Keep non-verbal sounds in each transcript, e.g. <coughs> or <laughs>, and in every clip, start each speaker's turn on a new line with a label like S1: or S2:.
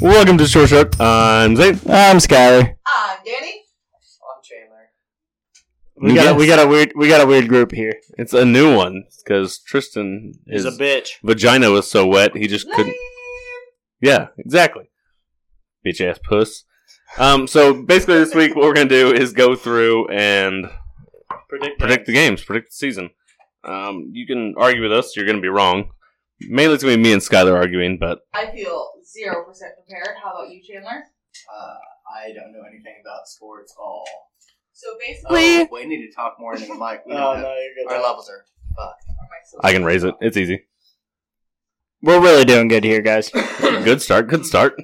S1: Welcome to Short Short. I'm Zane.
S2: I'm Skyler.
S3: I'm Ah, Danny.
S4: I'm Chandler.
S1: We got a, we got a weird we got a weird group here. It's a new one because Tristan
S4: He's
S1: his
S4: a bitch.
S1: vagina was so wet he just couldn't. Yeah, exactly. Bitch ass puss. Um. So basically, this week what we're gonna do is go through and
S4: Predict.
S1: predict the games, predict the season. Um. You can argue with us. You're gonna be wrong. Mainly it's gonna be me and Skylar arguing, but
S3: I feel zero percent prepared. How about you, Chandler?
S4: Uh, I don't know anything about sports at all.
S3: So
S4: Oh,
S3: basically,
S4: we need to talk more into the mic.
S5: <laughs>
S4: We
S5: Oh
S4: don't
S5: no,
S4: have,
S5: you're good.
S4: our levels are.
S3: Or oh, my sister.
S1: I can raise it. It's easy.
S4: <coughs>
S2: We're really doing good here, guys.
S1: Good start. Good start.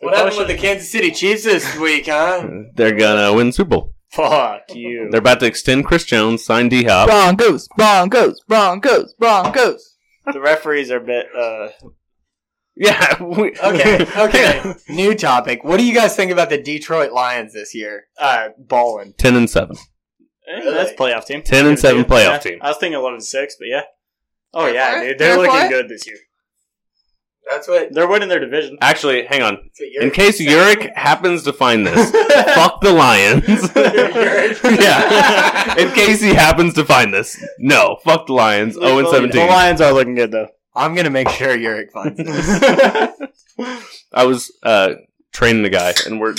S5: What happened with the Kansas City
S4: <laughs>
S5: Chiefs this week, huh?
S1: They're gonna win Super Bowl.
S5: Fuck you.
S1: They're about to extend Chris Jones, sign D Hop.
S2: Broncos, Broncos, Broncos, Broncos.
S5: the referees are a bit. Uh...
S1: Yeah. <laughs> We,
S4: <laughs>
S5: Okay, okay.
S4: New topic. What do you guys think about the Detroit Lions this year? Uh,
S5: All right,
S4: Balling.
S1: Ten and seven.
S5: Eh, that's playoff team.
S1: 10 and seven
S5: Yeah.
S1: playoff team.
S5: I was thinking eleven and six, but yeah. Oh
S3: They're
S5: yeah,
S3: fourth?
S5: dude, they're
S3: They're
S5: looking
S3: fourth?
S5: good this year.
S4: That's what.
S5: They're winning
S4: <laughs>
S5: their division.
S1: Actually, hang on.
S4: That's what you're
S1: In case
S4: saying.
S1: Yurik happens to find
S5: <laughs>
S1: this, fuck the Lions. yeah. In case he happens to find this, no, fuck the Lions. Zero and
S5: The
S1: seventeen.
S5: Lions are looking good though.
S4: I'm gonna make sure Yurik
S5: <laughs>
S4: finds this.
S1: I was uh, training the guy, and we're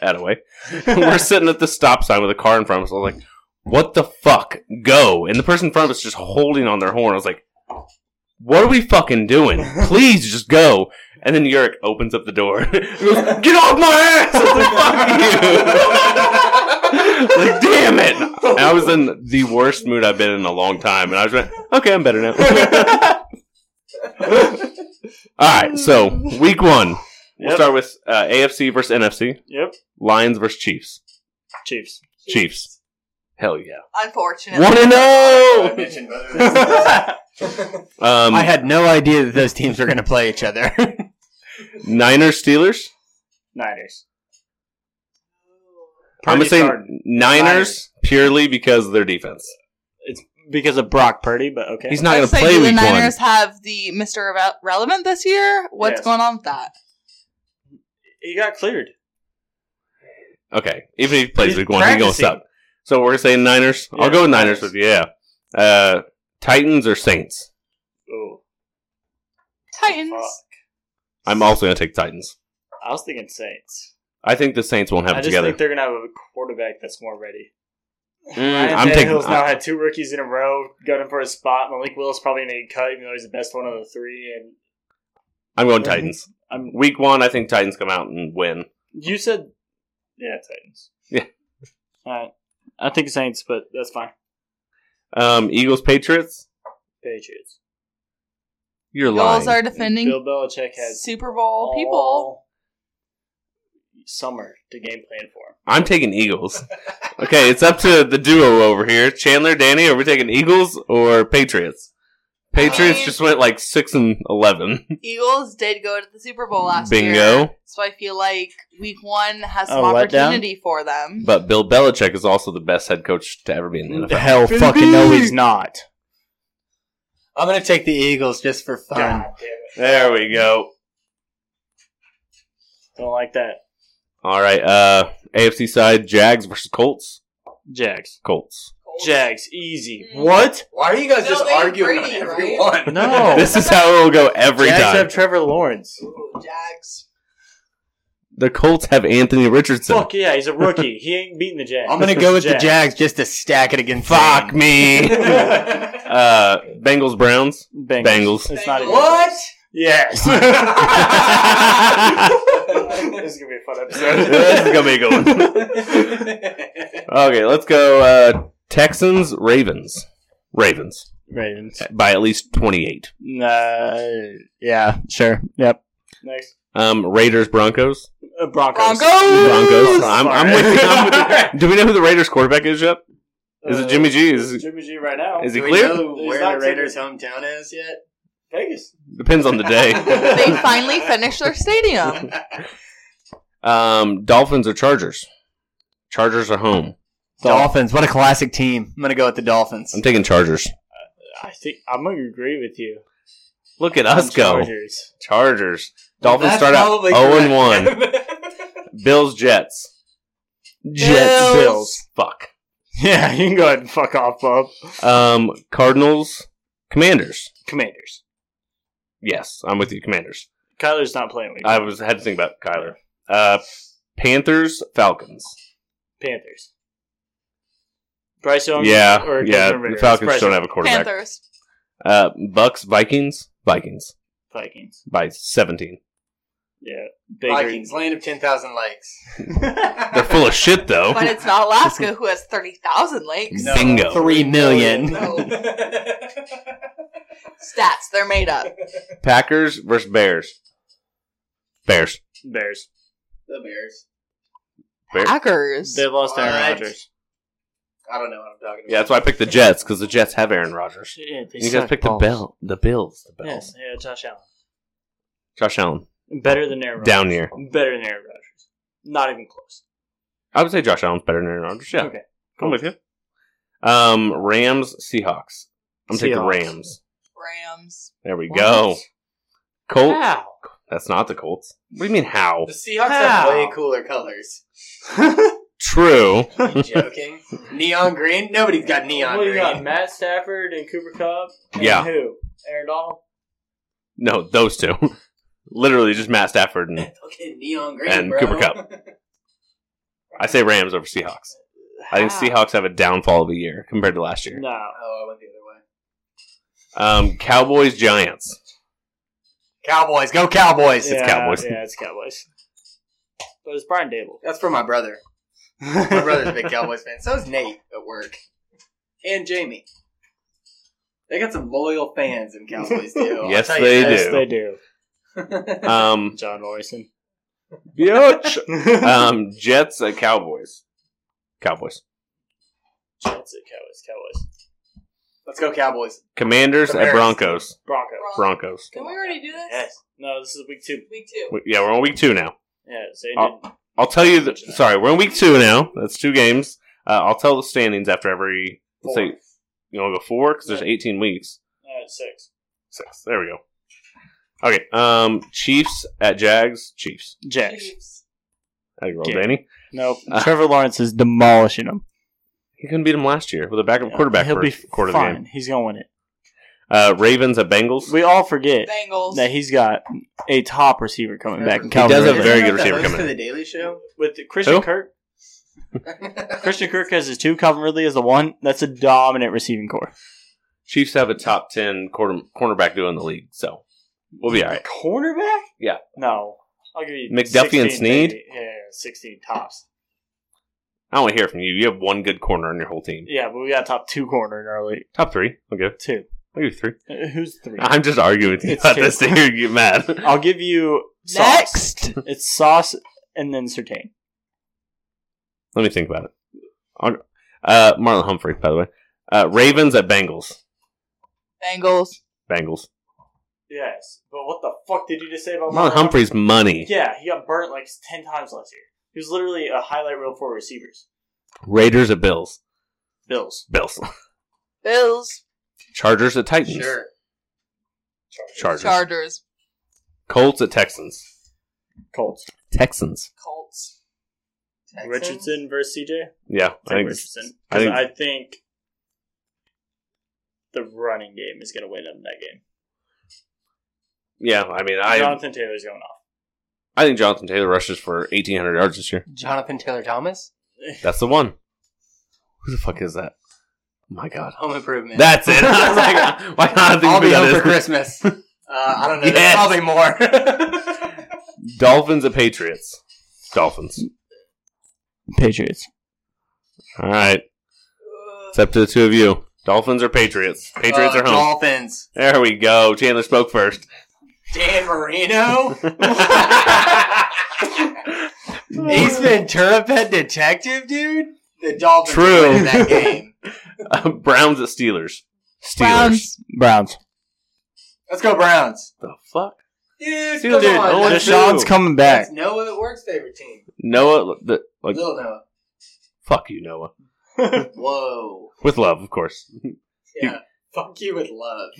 S1: out of way. <laughs> we're sitting at the stop sign with a car in front of us. I was like, "What the fuck? Go!" And the person in front of us just holding on their horn. I was like, "What are we fucking doing? Please just go!" And then Yurik opens up the door. <laughs> and goes, "Get off my ass! I <laughs> was like, fuck you!" like, damn it! And I was in the worst mood I've been in a long time, and I was like, "Okay, I'm better now." <laughs> All right, so week one. We'll
S5: Yep.
S1: start with uh, AFC versus NFC,
S5: Yep,
S1: Lions versus Chiefs.
S5: <laughs>
S4: <laughs>
S5: Chiefs.
S1: Chiefs. Hell yeah.
S3: Unfortunately,
S1: One and
S4: I
S1: zero.
S4: mentioned both of those.
S1: Um,
S4: I had no idea that those teams were gonna play each other. <laughs>
S1: Niners Steelers.
S5: <laughs> Niners.
S1: I'm gonna
S5: Purdy's
S1: say
S5: starting.
S1: Niners, purely because of their defense.
S5: It's because of Brock Purdy, but okay.
S1: He's
S3: I
S1: not gonna
S3: was saying,
S1: play
S3: do
S1: week
S3: the Niners
S1: one.
S3: have the Mister Relevant this year? What's
S5: Yes.
S3: going on with that?
S5: he got cleared.
S1: Okay, even if he plays
S5: He's
S1: week one, he gonna
S5: practicing.
S1: stop. So we're gonna say Niners.
S5: Yeah,
S1: I'll go with Niners
S5: Niners.
S1: with you. Yeah. Uh, Titans or Saints.
S5: Oh,
S3: Titans.
S5: fuck.
S1: I'm also gonna take Titans.
S5: I was thinking Saints.
S1: I think the Saints won't have
S5: I
S1: it
S5: just
S1: together.
S5: think they're gonna have a quarterback that's more ready.
S1: Mm,
S5: Ryan
S1: I'm taking.
S5: Tannehill's now had two rookies in a row gunning for a spot. Malik Willis probably made a cut, even though he's the best one of the three. And
S1: I'm going Titans.
S5: I'm
S1: Week one, I think Titans come out and win.
S5: you said, yeah, Titans.
S1: Yeah.
S5: All right. I think Saints, but that's fine.
S1: Um, Eagles Patriots.
S5: Patriots.
S1: You're lying.
S3: Y'all are defending
S5: Bill Belichick has
S3: Super Bowl
S5: all
S3: people.
S5: summer to game plan for him.
S1: I'm taking Eagles. Okay, it's up to the duo over here. Chandler, Danny, are we taking Eagles or Patriots? Patriots
S3: Um,
S1: just went like six and eleven. <laughs>
S3: Eagles did go to the Super Bowl last year.
S1: Bingo.
S3: So I feel like week one has
S5: A
S3: some
S5: letdown?
S3: opportunity for them.
S1: But Bill Belichick is also the best head coach to ever be in the NFL.
S5: Hell
S4: fucking no, he's
S5: not.
S4: I'm gonna take the Eagles just for fun.
S5: God damn it.
S1: <laughs> There we go.
S5: Don't like that.
S1: All right, uh AFC side, Jags versus Colts.
S5: Jags.
S1: Colts.
S5: Jags. Easy.
S3: Mm.
S5: What?
S4: Why are you guys
S3: No,
S4: just
S3: they have
S4: arguing
S3: Brady,
S4: on
S3: right?
S4: everyone? <laughs>
S5: No.
S1: This is how it will go every
S5: Oh. Jags
S1: time.
S5: have Trevor Lawrence.
S3: Ooh, Jags.
S1: the Colts have Anthony Richardson.
S5: Fuck yeah, he's a rookie. he ain't beating the Jags.
S4: I'm gonna go with the
S5: Jags.
S4: Jags just to stack it against.
S1: Fuck
S4: Zane.
S1: me. <laughs> uh Bengals Browns.
S5: <laughs> Bengals.
S1: Bengals.
S5: It's not a
S4: what?
S5: Yes. <laughs> this is gonna be a fun
S1: <laughs> <laughs> this is
S5: episode.
S1: gonna be a good one. <laughs> Okay, let's go. Uh, Texans, Ravens, Ravens
S5: Ravens.
S1: by at least twenty-eight.
S4: Uh, yeah, sure. Yep.
S5: Next.
S1: Um, Raiders, Broncos,
S5: Uh,
S3: Broncos.
S5: Broncos.
S1: Broncos. I'm, I'm with you. I'm with
S5: Sorry.
S1: <laughs> you. Do we know who the Raiders quarterback is yet? Is it
S5: Uh,
S1: Jimmy G? Is,
S5: Jimmy G right now.
S1: is he clear?
S5: He's not
S4: hometown is yet?
S5: Vegas.
S1: Depends on the day. <laughs>
S3: They finally finished their stadium.
S1: Um, Dolphins or Chargers? Chargers are home.
S4: Dolphins. What a classic team. I'm gonna go with the Dolphins.
S1: I'm taking Chargers.
S5: I think I'm gonna agree with you.
S1: Look at us go.
S5: Chargers.
S1: Chargers. Dolphins
S4: That's
S1: start out
S4: probably
S1: 0 and 1.
S4: correct.
S5: <laughs>
S1: Bills, Jets.
S3: Bills.
S1: Bills. Fuck.
S5: Yeah, you can go ahead and fuck off, Bob.
S1: Um, Cardinals, Commanders.
S5: Commanders.
S1: Yes, I'm with you, Commanders.
S5: Kyler's not playing week.
S1: I was had to think about Kyler. Uh, Panthers, Falcons.
S5: Panthers. Bryce Young.
S1: yeah,
S5: or
S1: yeah.
S5: Desmond Ritter.
S1: The Falcons
S5: Bryce
S1: don't
S5: Young.
S1: have a quarterback.
S3: Panthers.
S1: Uh, Bucks, Vikings, Vikings
S5: Vikings.
S1: by 17.
S5: Yeah, Baker.
S4: Vikings, land of 10,000 lakes.
S5: <laughs>
S1: They're full of shit though.
S3: <laughs> But it's not Alaska who has 30,000 lakes.
S4: No.
S1: Bingo.
S2: Three million.
S3: Stats, they're made up.
S1: Packers versus Bears. Bears.
S5: <laughs> Bears.
S4: The Bears.
S1: Bear-
S3: Packers.
S5: They lost Aaron
S4: What?
S5: Rodgers.
S4: I don't know what I'm talking about.
S1: Yeah, that's why I picked the Jets because the Jets have Aaron Rodgers.
S5: Yeah, they
S1: you guys
S5: suck
S1: picked
S5: balls.
S1: the Bell, the Bills, the Bills.
S5: Yes, yeah, Josh Allen.
S1: Josh Allen
S5: Better than Aaron. Rodgers.
S1: down year.
S5: Better than Aaron Rodgers. Not even close.
S1: I would say Josh Allen's better than Aaron Rodgers. Yeah,
S5: Okay.
S1: I'm with you. Um, Rams, Seahawks. I'm taking
S5: Seahawks.
S1: Rams.
S3: Rams.
S1: There we
S5: What?
S1: go. Colts.
S5: Wow.
S1: That's not the Colts. What do you mean? How?
S4: The Seahawks have
S5: How?
S4: way cooler colors.
S1: True.
S5: <laughs>
S4: Are you joking? neon green? Nobody's got neon
S5: What do you
S4: green.
S5: got? Matt Stafford and Cooper Cup. And
S1: Yeah.
S5: Who? Aaron Donald.
S1: No, those two. Literally just Matt Stafford and
S4: Okay, neon green.
S1: And
S4: <laughs> bro.
S1: Cooper Kupp. I say Rams over Seahawks. I think
S5: How?
S1: Seahawks have a downfall of a year compared to last year.
S5: No.
S4: oh, I went the other way.
S1: Um, Cowboys, Giants.
S4: Cowboys, go Cowboys.
S5: Yeah,
S1: Cowboys.
S5: Yeah, it's Cowboys. But it's Brian Dable.
S4: That's for my brother. My
S1: <laughs>
S4: brother's a big Cowboys fan. So is Nate at work. And Jamie. They got some loyal fans in Cowboys too. I'll
S1: Yes,
S4: tell you
S1: they
S4: that.
S5: yes,
S1: do.
S5: they do.
S1: Um,
S5: <laughs> John Morrison.
S1: Bitch. um, Jets at Cowboys. Cowboys.
S5: Jets at Cowboys. Cowboys.
S4: <laughs> Let's go Cowboys.
S1: Commanders at
S4: Bears.
S1: Broncos.
S5: Broncos.
S1: Broncos.
S3: Can we already do this?
S5: Yes. No, this is week two.
S3: Week two.
S1: We- Yeah, we're on week two now.
S5: Yeah, so you
S1: Oh.
S5: did
S1: I'll tell you. The, sorry, we're on week two now. That's two games. Uh, I'll tell the standings after every. Let's say you want to go four because there's 18 weeks.
S5: uh, six.
S1: Six. There we go. Okay. Um, Chiefs at Jags. Chiefs.
S5: Jacks.
S3: Chiefs.
S1: How you roll,
S5: Okay.
S1: Danny? <laughs>
S5: Nope.
S1: Uh.
S2: Trevor Lawrence is demolishing him.
S1: He couldn't beat him last year with a backup quarterback
S5: He'll
S1: for
S5: be
S1: a quarter of the
S5: fine.
S1: game.
S5: He's gonna win it.
S1: Uh, Ravens at Bengals.
S5: We all forget
S3: Bengals.
S5: that he's got a top receiver coming back. in
S4: He
S5: Calvin
S1: does have a
S5: Ridley.
S1: very
S4: Isn't
S1: good
S4: that the
S1: receiver
S4: host
S1: coming
S4: of the Daily Show.
S5: with Christian
S1: Who?
S5: Kirk. Christian Kirk has his two. Calvin Ridley is the one. That's a dominant receiving core.
S1: Chiefs have a top 10 quarter, cornerback duo in the league, so we'll be all right.
S5: Cornerback?
S1: Yeah.
S5: No, I'll give you
S1: McDuffie and
S5: 16,
S1: Snead?
S5: baby. Yeah, sixteen tops.
S1: I want to hear from you. You have one good corner on your whole team.
S5: Yeah, but we got top two corner in our league.
S1: Top three. I'll give,
S5: Two.
S1: I'll give you three.
S5: Uh, Who's three?
S1: I'm just arguing with you
S5: It's
S1: about
S5: two.
S1: this to hear you get
S5: <laughs>
S1: mad.
S5: I'll give you sauce.
S3: Next.
S5: It's sauce and then Sertain.
S1: Let me think about it. On- Uh, Marlon Humphrey, by the way. Uh, Ravens at Bengals.
S3: Bengals.
S1: Bengals.
S5: Yes, but what the fuck did you just say about
S1: Marlon Humphrey's money.
S5: Yeah, he got burnt like ten times last year. He was literally a highlight reel for receivers.
S1: Raiders at Bills.
S5: Bills.
S1: Bills. <laughs>
S3: Bills.
S1: Chargers at Titans.
S4: Sure.
S1: Chargers.
S3: Chargers.
S1: Colts at Texans.
S5: Colts.
S1: Texans.
S3: Colts.
S4: Texans?
S5: Richardson versus CJ.
S1: Yeah, I
S5: Take
S1: think
S5: Richardson
S1: I
S5: because
S1: think-
S5: I, think the running game is going to win them that game.
S1: Yeah, I mean, I
S5: Jonathan Taylor's going off.
S1: I think Jonathan Taylor rushes for 1,800 yards this year.
S4: Jonathan Taylor Thomas.
S1: That's the one. Who the fuck is that? Oh my god.
S4: Home improvement. <laughs>
S1: That's it. <laughs> I was like, why not I think
S4: I'll
S1: who
S4: be
S1: that
S4: home for
S1: is? <laughs>
S4: Christmas. Uh, I don't know.
S1: Yes.
S4: There's probably more.
S1: Dolphins at Patriots. Dolphins.
S2: Patriots.
S1: All right.
S3: Uh,
S1: It's up to the two of you. Dolphins or Patriots? Patriots
S4: Uh,
S1: are home.
S4: Dolphins.
S1: there we go. Chandler spoke first. <laughs>
S4: Dan Marino. Ace Ventura, Pet Detective, dude. The Dolphins
S1: True.
S4: True. win that game.
S1: Uh, Browns at Steelers. Steelers.
S3: Browns.
S2: Browns.
S4: Let's go Browns,
S1: The fuck?
S4: dude.
S1: Steelers,
S2: Oh,
S4: come
S1: no
S4: on.
S1: one's-
S4: That's,
S2: Deshaun's
S1: Two.
S2: coming back.
S4: that's Noah at work's favorite team.
S1: Noah. The, like,
S4: Little Noah.
S1: fuck you, Noah.
S4: Whoa.
S1: With love, of course.
S4: Yeah. Fuck you with love.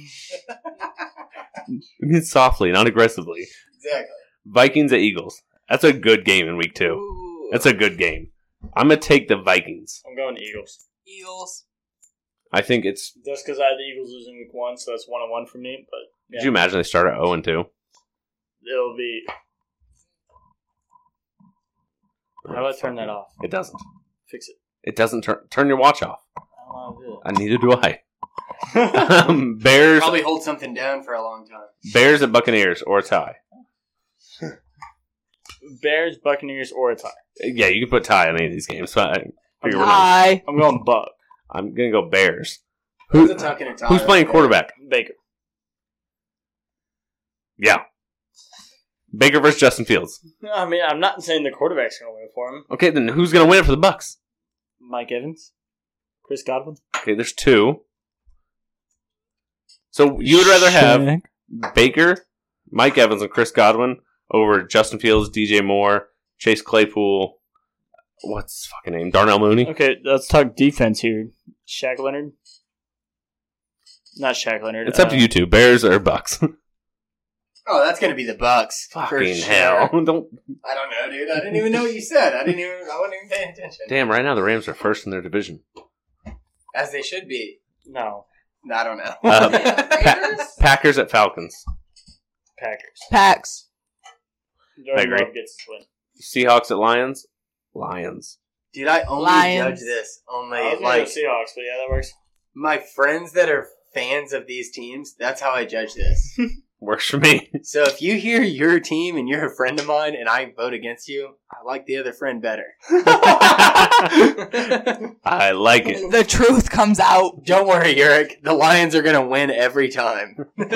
S1: I mean, <laughs> softly, not aggressively.
S4: Exactly.
S1: Vikings at Eagles. That's a good game in week two.
S3: Ooh.
S1: That's a good game. I'm gonna take the Vikings.
S5: I'm going Eagles.
S3: Eagles.
S1: I think it's.
S5: Just because I had the Eagles losing week one, so that's one on one for me. But
S1: Could you imagine they start at zero and two?
S5: it'll be. How do I turn that off?
S1: It doesn't.
S5: Fix it.
S1: It doesn't turn. Turn your watch off.
S5: I don't want to do
S1: I neither do
S4: <laughs>
S1: I. um, Bears.
S4: Probably hold something down for a long time.
S1: Bears at Buccaneers or a tie.
S5: it. Bears, Buccaneers, or a tie.
S1: Yeah, you can put tie on any of these games. But I,
S5: I'm
S1: Figure it
S5: going,
S1: out.
S3: Hi.
S5: I'm going Buck.
S1: I'm gonna go Bears.
S4: Who,
S1: Who, who's playing quarterback?
S5: Baker.
S1: Yeah, Baker versus Justin Fields.
S5: I mean, I'm not saying the quarterback's going to win for him.
S1: Okay, then who's gonna win it for the Bucks?
S5: Mike Evans, Chris Godwin.
S1: Okay, there's two. So you would rather have
S2: Shaq.
S1: Baker, Mike Evans, and Chris Godwin over Justin Fields, DJ Moore, Chase Claypool. What's his fucking name? Darnell Mooney.
S5: Okay, let's talk defense here. Shaq Leonard. Not Shaq Leonard.
S1: It's up to
S5: uh,
S1: you two, Bears or Bucks.
S4: Oh, that's gonna be the Bucks. for
S1: Fucking
S4: sure.
S1: hell! <laughs> Don't
S4: I don't know, dude. I didn't even know what you said. I didn't even. I wasn't even paying attention.
S1: damn. Right now the Rams are first in their division.
S4: As they should be.
S5: No,
S4: I don't know.
S1: Um,
S4: Raiders?
S1: Packers at Falcons.
S5: Packers.
S3: Pax.
S5: Jordan
S1: agree.
S5: Love gets the win.
S1: Seahawks at Lions. Lions.
S4: <laughs> Dude, I only
S3: Lions.
S4: judge this only
S5: I was gonna go
S4: like
S5: Seahawks, but yeah, that works.
S4: my friends that are fans of these teams. That's how I judge this.
S1: Works for me. <laughs>
S4: so if you hear your team and you're a friend of mine and I vote against you, I like the other friend better. <laughs>
S1: I like
S3: <laughs>
S1: it.
S3: The truth comes out.
S4: don't worry, Eric. The Lions are gonna win every time.
S1: All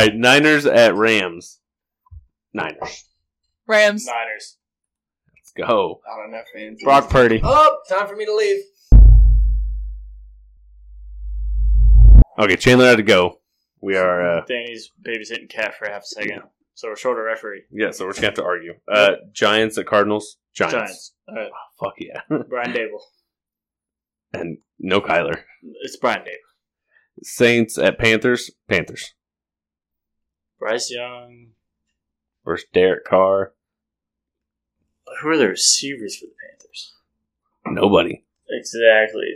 S1: right, Niners at Rams. Niners.
S3: Rams.
S5: Niners.
S1: Let's go.
S4: I don't know, fans.
S2: Brock Purdy.
S4: Oh, time for me to leave.
S1: Okay, Chandler had to go. We are, uh,
S5: Danny's babysitting cat for half a second, so we're short of referee.
S1: yeah, so we're just gonna have to argue. Uh, Giants at Cardinals. Giants.
S5: Giants. All right,
S1: Fuck
S5: <laughs>
S1: yeah.
S5: Brian Dable.
S1: And no Kyler.
S5: It's Brian Dable.
S1: Saints at Panthers. Panthers.
S5: Bryce Young.
S1: Versus Derek Carr.
S5: Who are the receivers for the Panthers?
S1: Nobody.
S5: Exactly.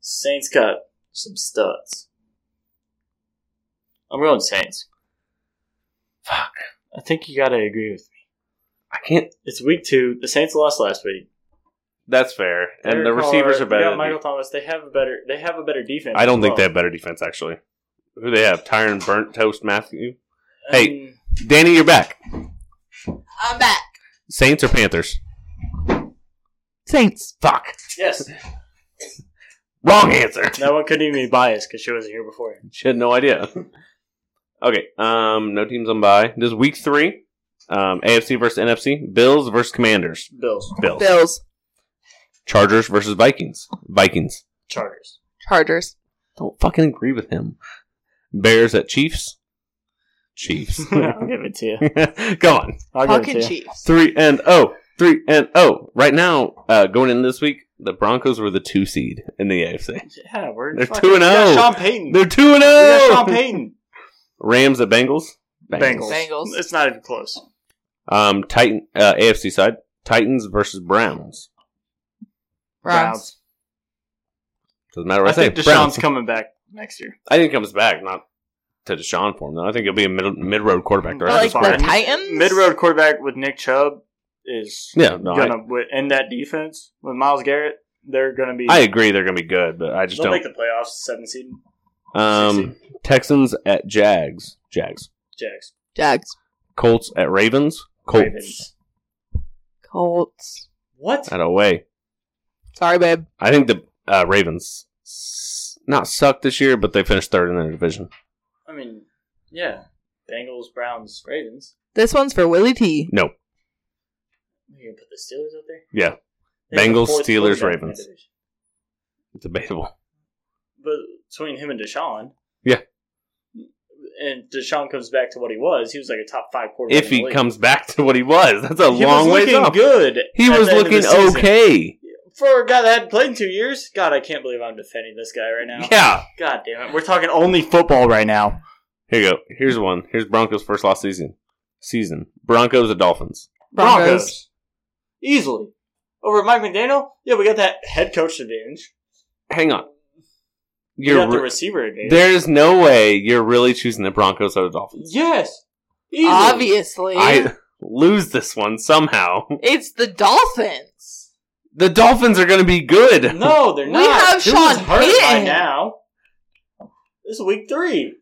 S5: Saints got some studs. I'm going Saints.
S1: Fuck.
S5: I think you gotta agree with me.
S1: I can't.
S5: It's week two. The Saints lost last week,
S1: That's fair. And the
S5: Derek Carr,
S1: receivers are
S5: you
S1: better.
S5: got Michael Thomas. They have a better. They have a better defense.
S1: I don't
S5: as
S1: think they
S5: well.
S1: have better defense, actually. Who they have? Tyron Burnt Toast Matthew?
S5: I
S1: Hey.
S5: mean,
S1: Danny, you're back.
S3: I'm back.
S1: Saints or Panthers?
S3: Saints.
S1: Fuck.
S5: yes.
S1: Wrong answer.
S5: That one couldn't even be biased because she wasn't here before.
S1: She had no idea. okay, um, no teams on bye. This is week three. Um, AFC versus NFC. Bills versus Commanders.
S5: Bills,
S1: Bills.
S3: Bills.
S1: Chargers versus Vikings. Vikings.
S5: Chargers,
S3: Chargers.
S1: Don't fucking agree with him. Bears at Chiefs. Chiefs.
S5: <laughs> I'll give it to
S1: <laughs>
S5: you.
S1: Go on.
S5: I'll give
S3: Fucking
S5: it to you.
S3: Chiefs.
S1: Three and oh. Three and oh. Right now, uh, going in this week, the Broncos were the two seed in the AFC.
S5: Yeah, we're
S1: They're
S5: fucking-
S1: two and
S5: we got
S1: oh.
S5: Sean
S1: <laughs>
S5: Payton.
S1: They're two and
S5: we got
S1: oh.
S5: Sean Payton.
S1: Rams at Bengals.
S5: Bengals.
S3: Bengals.
S5: It's not even close.
S1: Um, Titan uh, AFC side Titans versus Browns.
S3: Browns.
S1: Doesn't matter
S5: I
S1: what I,
S5: think
S1: say.
S5: Deshaun's
S1: Browns.
S5: coming back next year.
S1: I think he comes back not to Deshaun form though. I think he'll be a mid mid road quarterback. the
S5: But
S1: rest
S3: But
S1: of
S3: like
S1: his
S5: fine.
S3: the
S1: career.
S3: Titans.
S5: Mid road quarterback with Nick Chubb is
S1: yeah, no, I,
S5: gonna wi- and that defense with Miles Garrett. They're gonna be.
S1: I agree they're gonna be good, but I just
S5: they'll make
S1: don't.
S5: the playoffs. Seven seed
S1: Um, Texans at Jags. Jags.
S5: Jags.
S3: Jags.
S1: Colts at Ravens. Colts
S5: Ravens.
S3: Colts.
S4: What?
S1: out of way.
S3: Sorry, babe.
S1: I think the uh, Ravens s- not suck this year, but they finished third in their division.
S5: I mean, yeah. Bengals, Browns, Ravens.
S3: This one's for Willie T.
S1: No,
S5: You can put the Steelers out there.
S1: Yeah.
S5: They have the
S1: Bengals,
S5: fourth
S1: Steelers,
S5: quarterback in
S1: Ravens.
S5: that division.
S1: debatable.
S5: But between him and Deshaun.
S1: Yeah.
S5: And Deshaun comes back to what he was. He was like a top five quarterback.
S1: If
S5: in the
S1: he
S5: league.
S1: comes back to what he was, that's a
S5: He
S1: long
S5: was
S1: ways
S5: looking
S1: off.
S5: good.
S1: He
S5: at
S1: was
S5: the end of the
S1: looking
S5: season.
S1: okay.
S5: for a guy that hadn't played in two years. God, I can't believe I'm defending this guy right now.
S1: <laughs> Yeah.
S5: God damn it, we're talking only football right now.
S1: Here you go. Here's one. Here's Broncos' first loss season. Season. Broncos at Dolphins.
S3: Broncos.
S5: easily over Mike McDaniel. Yeah, we got that head coach advantage.
S1: Hang on.
S5: You
S1: You're
S5: got the
S1: re-
S5: receiver advantage.
S1: there's no way you're really choosing the Broncos over the Dolphins.
S5: yes, easily.
S3: Obviously,
S1: I <laughs> lose this one somehow.
S3: it's the Dolphins.
S1: The Dolphins are going to be
S5: <laughs>
S1: good.
S5: No, they're
S3: We
S5: not.
S3: have
S5: Dude
S3: Sean
S5: is hurt by
S3: Payton.
S5: now. This is week three.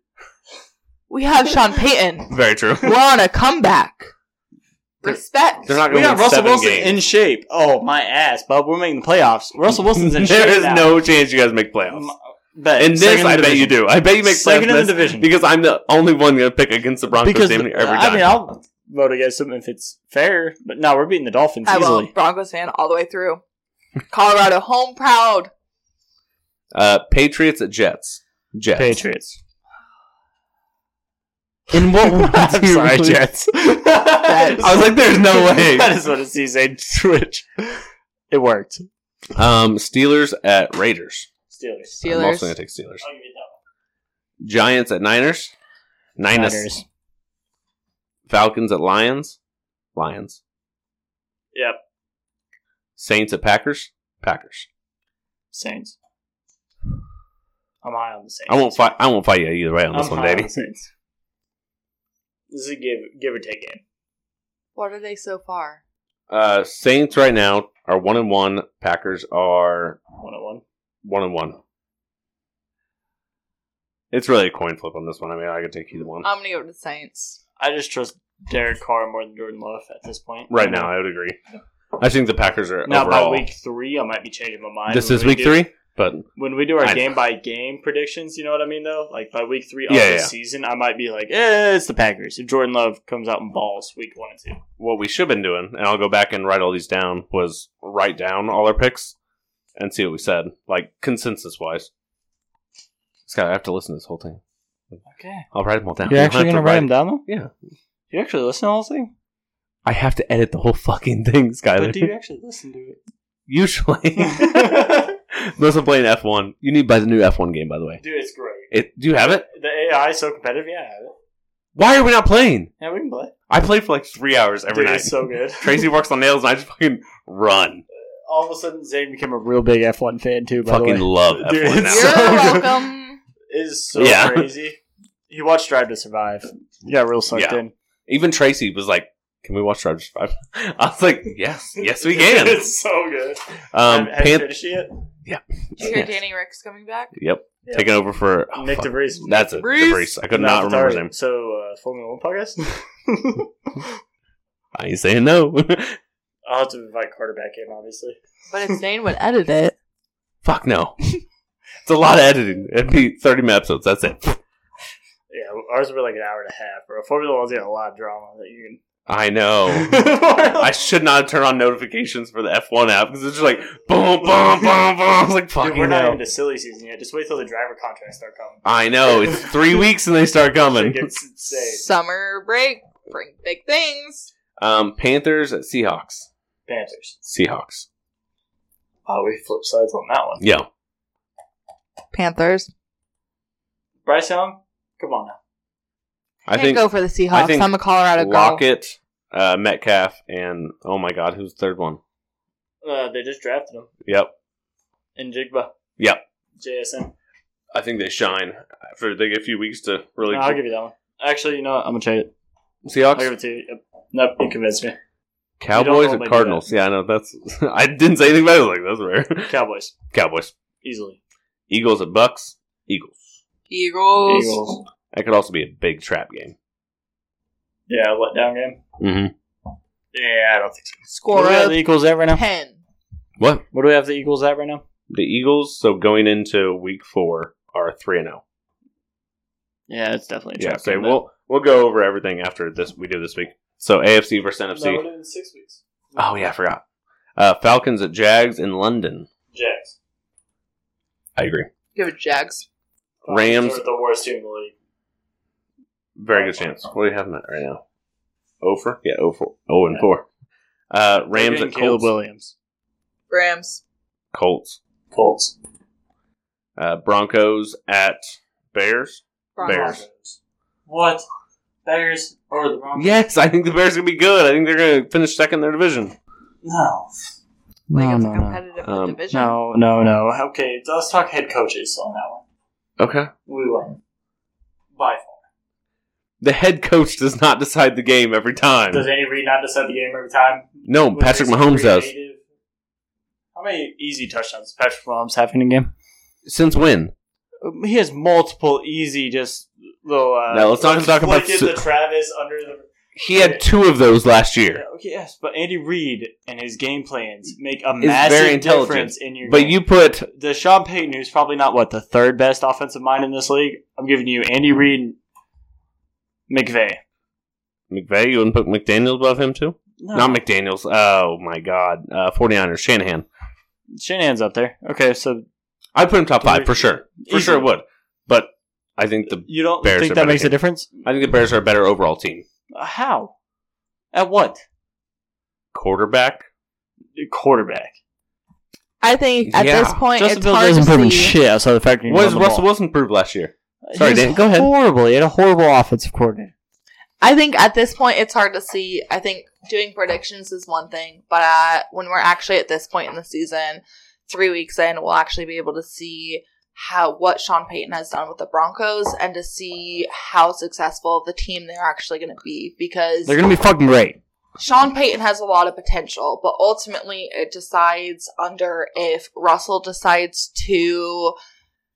S3: We have Sean
S5: <laughs>
S3: Payton.
S1: Very true.
S3: We're on a comeback.
S1: They're-
S3: Respect.
S1: They're not
S5: We
S1: going to
S5: got
S1: win
S5: Russell
S1: seven
S5: Wilson
S1: games.
S5: in shape. Oh my ass, bub! We're making the playoffs. Russell Wilson's in shape.
S1: <laughs> there is
S5: now.
S1: no chance you guys make playoffs.
S5: bet.
S1: In this,
S5: Second
S1: I
S5: the
S1: bet you
S5: division.
S1: do. I bet you make playoffs in
S5: Second in the
S1: this
S5: division
S1: because I'm the only one going to pick against the Broncos damn near every time.
S5: I mean, I'll <clears throat> vote against them if it's fair. But no, we're beating the Dolphins
S3: I will <laughs>
S5: easily.
S3: Broncos fan all the way through. Colorado home proud.
S1: uh, Patriots at Jets. Jets.
S5: Patriots.
S1: In what world
S5: I'm
S1: do you
S5: sorry,
S1: really-
S5: Jets.
S3: <laughs>
S1: I was like, there's
S5: <laughs>
S1: no way.
S5: that is what it's easy. Switch. It worked.
S1: Um, Steelers at Raiders.
S5: Steelers.
S1: I'm also
S3: Steelers.
S1: going to take Steelers. Giants at Niners. Niners.
S5: Niners.
S1: Falcons at Lions. Lions.
S5: Yep.
S1: Saints at Packers. Packers.
S5: Saints. I'm high on the Saints.
S1: I won't fight. I won't fight you either way on this
S5: I'm
S1: one,
S5: high
S1: baby.
S5: on the Saints. This is a give give or take game.
S3: What are they so far?
S1: Uh, Saints right now are one and one. Packers are
S5: One on one.
S1: one and one. It's really a coin flip on this one. I mean, I could take either one.
S3: I'm gonna go to
S1: <laughs>
S3: the Saints.
S5: I just trust Derek Carr more than Jordan Love at this point.
S1: Right now, I would agree. I think the Packers are
S5: Now
S1: overall.
S5: by week three, I might be changing my mind.
S1: this
S5: When
S1: is
S5: we
S1: week
S5: do-
S1: three, but
S5: When we do our
S1: I-
S5: game by game predictions, you know what I mean though. Like by week three
S1: Yeah,
S5: of the
S1: yeah.
S5: season, I might be like, "Eh, it's the Packers." If Jordan Love comes out and balls week one and two,
S1: what we should have been doing, and I'll go back and write all these down, was write down all our picks and see what we said, like consensus wise. Scott, I have to listen to this whole thing.
S5: okay.
S1: I'll write them all down.
S2: You're
S1: You don't
S2: actually
S1: have
S2: gonna write them down though?
S1: Yeah,
S5: You actually listen to the whole thing,
S1: I have to edit the whole fucking thing, Skyler.
S5: but do you actually listen to
S1: <laughs>
S5: <laughs>
S1: Usually,
S5: it?
S1: unless I'm playing F1, you need to buy the new F1 game. By the way,
S5: Dude, it's great.
S1: it do you have it?
S5: The AI is so competitive. Yeah, I have it.
S1: Why are we not playing?
S5: yeah, we can play.
S1: I play for like three hours every
S5: Dude,
S1: night.
S5: it's so good.
S1: Tracy works on nails, and I just fucking run.
S5: <laughs> All of a sudden, Zane became a real big F1 fan too. By
S1: fucking
S5: the way,
S1: love F1
S5: Dude,
S1: now. <laughs>
S5: it's
S3: You're
S5: So good.
S3: welcome.
S5: it is so
S1: Yeah.
S5: crazy. He watched Drive to Survive. He got real sucked
S1: Yeah.
S5: in.
S1: Even Tracy was like, "Can we watch Drive to Survive?" <laughs> I was like, "Yes, yes, we
S5: <laughs>
S1: can."
S5: it's so good.
S1: Um,
S5: Have- have you
S1: Pan-
S5: finished it yet?
S3: Did you hear Danny Rick's coming back?
S1: yep,
S5: Yeah.
S1: taking over for oh,
S5: Nick
S1: fuck.
S5: DeVries.
S1: That's it,
S3: DeVries?
S1: DeVries. I could not remember his name.
S5: So, uh, Formula One podcast? <laughs>
S1: I ain't saying no. <laughs>
S5: I'll have to invite Carter back in, obviously.
S3: But
S5: <laughs>
S3: if Zane would edit it,
S1: Fuck no. It's a lot of editing. It'd be thirty-minute episodes. That's it.
S5: Yeah, ours were like an hour and a half, bro. Formula One's got a lot of drama that you can.
S1: I
S5: <laughs>
S1: know. Oh. I should not turn on notifications for the F1 app because it's just like boom, boom, boom, boom. I was like,
S5: Dude, we're
S1: "Fucking
S5: not
S1: hell."
S5: into silly season yet. Just wait till the driver contracts start coming.
S1: I know. It's
S5: <laughs>
S1: three weeks and they start
S5: It
S1: coming. <laughs>
S5: gets insane.
S3: summer break, bring big things.
S1: Um, Panthers at Seahawks.
S5: Panthers.
S1: Seahawks.
S5: Oh, we flip sides on that one.
S1: Yeah.
S3: Panthers.
S5: Bryce Young, come on now.
S1: I
S3: Can't
S1: think
S3: go for the
S1: I
S3: Seahawks.
S1: think
S3: I'm a Colorado girl.
S1: Lockett, uh, Metcalf, and oh my God, who's the third one?
S5: Uh, they just drafted him
S1: Yep.
S5: in Jigba.
S1: Yep.
S5: JSN.
S1: I think they shine after they get a few weeks to really.
S5: No, I'll give you that one. Actually, you know what? I'm gonna trade it. I'll give
S1: Seahawks,
S5: it to you. Yep. Nope, you convinced me. You
S1: Cowboys,
S5: don't
S1: and
S5: normally
S1: Cardinals. Yeah, I know that's. <laughs> I didn't say anything about it. I was like that's rare. <laughs>
S5: Cowboys
S1: Cowboys,
S5: easily.
S1: Eagles at Bucks, Eagles.
S3: Eagles.
S5: Eagles.
S1: That could also be a big trap game.
S5: Yeah, let down game.
S1: Mm-hmm.
S5: Yeah, I don't think so. What
S3: Score
S5: do we have
S3: of
S5: the Eagles at right now?
S3: ten.
S1: What
S5: What do we have the Eagles at right now?
S1: the Eagles? So going into Week Four are three and zero.
S5: Yeah, it's definitely a
S1: Yeah.
S5: trap.
S1: So
S5: game,
S1: we'll we'll go over everything after this we do this week. So AFC versus
S5: though.
S1: NFC.
S5: No, we're doing six weeks.
S1: Oh yeah, I forgot. Uh, Falcons at Jags in London.
S5: Jags.
S1: I agree.
S3: Give it Jags.
S1: Rams.
S5: are the worst team in the league.
S1: Very good chance. What do you have in that right now? Over? Yeah, over. Oh and four. Uh, Rams
S5: They're
S1: at
S5: getting Caleb
S1: Colts.
S5: Williams.
S3: Rams.
S1: Colts.
S5: Colts.
S1: Uh, Broncos at Bears. Bears.
S5: What? Bears or the Broncos?
S1: Yes, I think the Bears are gonna be good. I think they're gonna finish second in their division.
S5: No.
S3: Like,
S2: No,
S3: it's
S2: no,
S3: a
S2: no.
S3: competitive
S1: Um,
S3: division.
S2: No, no, no.
S5: Okay, let's talk head coaches on that one.
S1: Okay.
S5: We win. By far.
S1: The head coach does not decide the game every time.
S5: Does Andy Reid not decide the game every time?
S1: No,
S5: With
S1: Patrick
S5: his
S1: Mahomes does.
S5: creative- How many easy touchdowns does Patrick Mahomes have?
S2: Having a game.
S1: Since when?
S5: Um, He has multiple easy, just little. Uh,
S1: Now, let's not
S5: like,
S1: talk about
S5: flick
S1: su-
S5: it to Travis under the.
S1: He had two of those last
S5: Yeah,
S1: year.
S5: okay, yes, but Andy Reid and his game plans make a
S1: Is
S5: massive
S1: very intelligent,
S5: difference in your.
S1: But
S5: game.
S1: you put
S5: the Sean Payton, who's probably not what the third best offensive mind in this league. I'm giving you Andy Reid, McVay.
S1: McVay, you wouldn't put McDaniels above him too?
S5: No,
S1: Not McDaniels. Oh my god. Uh 49ers, Shanahan.
S5: Shanahan's up there. Okay, so
S1: I'd put him top five for sure. For
S5: Easy.
S1: sure it would. But I think the
S5: you don't
S1: Bears are
S5: think
S1: better
S5: that makes
S1: team.
S5: a difference?
S1: I think the Bears are a better overall team.
S5: Uh, How? At what?
S1: Quarterback?
S5: Quarterback.
S3: I think at
S1: Yeah.
S3: this point
S2: Justin
S3: it's
S2: Fields
S3: hard
S2: hasn't
S3: to
S2: proven
S3: see.
S2: shit outside the fact that he
S1: What
S2: run
S1: does
S2: the
S1: Russell
S2: ball.
S1: Wilson prove last year?
S2: He
S1: Sorry,
S2: was
S1: Dan, go ahead.
S2: Horrible. He had a horrible offensive coordinator.
S3: I think at this point it's hard to see. I think doing predictions is one thing, but uh, when we're actually at this point in the season, three weeks in, we'll actually be able to see how what Sean Payton has done with the Broncos and to see how successful the team they're actually going to be because
S2: They're gonna be fucking great.
S3: Sean Payton has a lot of potential, but ultimately it decides under if Russell decides to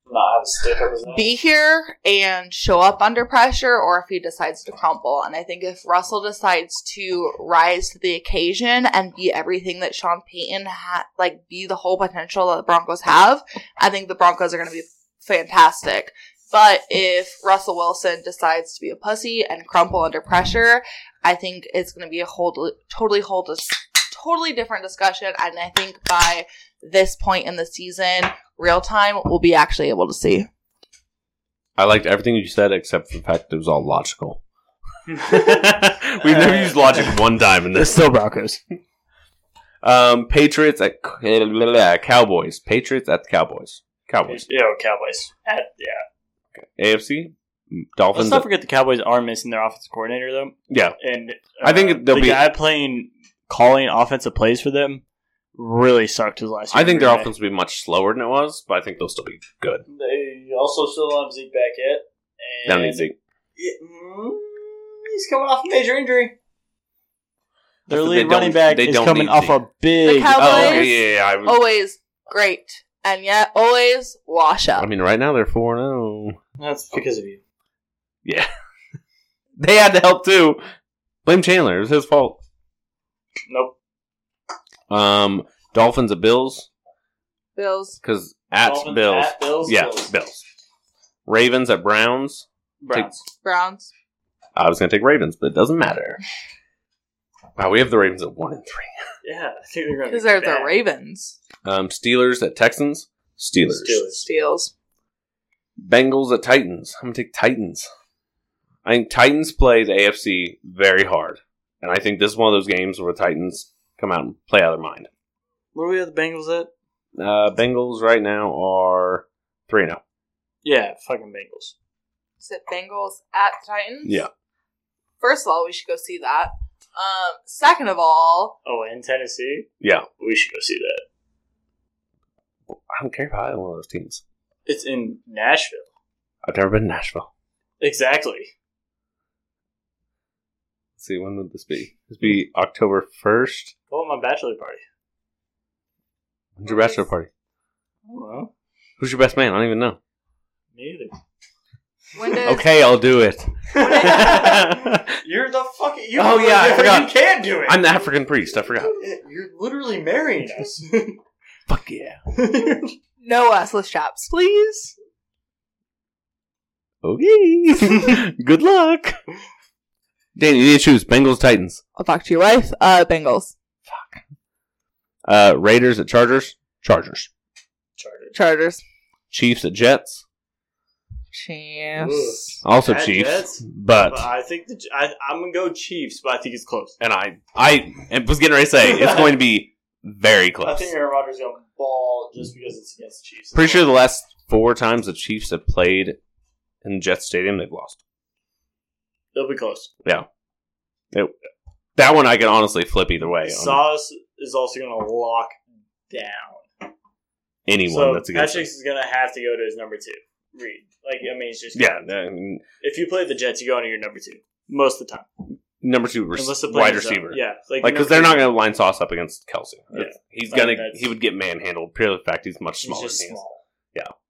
S5: Not have a stick up his
S3: be here and show up under pressure or if he decides to crumble. And I think if Russell decides to rise to the occasion and be everything that Sean Payton had, like be the whole potential that the Broncos have, I think the Broncos are going to be fantastic. But if Russell Wilson decides to be a pussy and crumple under pressure, I think it's going to be a whole totally whole dis- totally different discussion. And I think by this point in the season, real time, we'll be actually able to see.
S1: I liked everything you said except for the fact that it was all
S5: <laughs>
S1: logical. <laughs> We've never used logic one time in
S2: They're
S1: this.
S2: still Broncos.
S1: Um, Patriots at uh, Cowboys. Patriots at the Cowboys. Cowboys.
S5: You know, Cowboys. At- yeah.
S1: AFC.
S5: Let's
S1: Dolphins.
S5: not forget the Cowboys are missing their offensive coordinator though,
S1: yeah.
S5: and uh,
S1: I think they'll
S5: the
S1: be-
S5: guy playing calling offensive plays for them really sucked his last year.
S1: I think
S5: Green
S1: their
S5: Bay.
S1: offense will be much slower than it was, but I think they'll still be good.
S5: They also still don't have Zeke back yet.
S1: They don't need Zeke.
S5: he's coming off a major injury. Their
S1: That's- they
S5: lead
S1: don't-
S5: running back
S1: they
S5: is
S1: don't
S5: coming
S1: need
S5: off
S1: Zeke.
S5: a big.
S3: The Cowboys-
S1: Oh,
S3: Cowboys?
S1: okay, yeah, yeah, I, was-
S3: always great, and yet always wash up.
S1: I mean, right now they're oh. 4 0.
S5: That's because of you.
S1: Yeah. <laughs> they had to help too. Blame Chandler. It was his fault.
S5: Nope.
S1: Um, Dolphins at Bills.
S3: Bills,
S1: Because at
S5: Dolphins
S1: Bills.
S5: at Bills.
S1: yeah,
S5: Bills.
S1: Bills. Ravens at Browns.
S5: Browns.
S3: Browns.
S1: I was going to take Ravens, but it doesn't matter. Wow, we have the Ravens at one and three.
S5: Yeah, I think they're going to
S3: Because they're the Ravens.
S1: Um, Steelers at Texans. Steelers.
S3: Steals.
S1: Bengals at Titans. I'm going to take Titans. I think Titans play the AFC very hard. And I think this is one of those games where the Titans come out and play out of their mind.
S5: Where we have the Bengals at?
S1: Uh, Bengals right now are oh. 3 0.
S5: Yeah, fucking Bengals.
S3: Is it Bengals at Titans?
S1: Yeah.
S3: First of all, we should go see that. Um, second of all,
S5: Oh, in Tennessee,
S1: Yeah.
S5: we should go see that.
S1: I don't care about either one of those teams.
S5: It's in Nashville.
S1: I've never been to Nashville.
S5: Exactly.
S1: Let's see, when would this be? This would be October 1st.
S5: Go at my bachelor party.
S1: When's your bachelor party?
S5: I don't know.
S1: Who's your best man? I don't even know.
S5: Me either.
S1: <laughs>
S3: when does
S1: Okay, I'll do it. <laughs>
S5: You're the fucking. You
S1: Oh, yeah, I forgot.
S5: can't do it.
S1: I'm the African priest. I forgot.
S5: You're literally marrying us.
S1: Fuck yeah.
S3: no assless chaps, please?
S1: Okay. <laughs> Good luck. Dan, you need to choose Bengals, Titans,
S3: I'll talk to your wife. Uh, Bengals,
S1: uh, Raiders at Chargers, Chargers,
S5: Chargers.
S3: Chargers,
S1: Chiefs at Jets,
S3: Chiefs.
S1: also
S5: At
S1: Chiefs,
S5: Jets?
S1: but
S5: But I think the, I, I'm gonna go Chiefs, but I think it's close.
S1: and I I and was getting ready to say it's going to be Very
S5: <laughs> I
S1: close.
S5: think Aaron Rodgers is gonna ball just because it's against the Chiefs.
S1: Pretty sure the last four times the Chiefs have played in Jet Stadium, they've lost.
S5: it'll be close.
S1: That one I can honestly flip either way on
S5: Sauce is also gonna lock down.
S1: anyone
S5: so
S1: that's against.
S5: Patrick is gonna have to go to his number two. Reed, like I mean, it's just
S1: yeah, I mean,
S5: If you play the Jets, you go into your number two most of the time,
S1: number two rec-
S5: unless the play
S1: wide
S5: is up.
S1: receiver.
S5: Yeah,
S1: Like, because they're not going to line Sauce up against Kelsey.
S5: Yeah.
S1: He's
S5: I mean,
S1: gonna
S5: that's-
S1: he would get manhandled purely the fact he's much
S5: He's
S1: smaller.
S5: just
S1: than he is.
S5: small.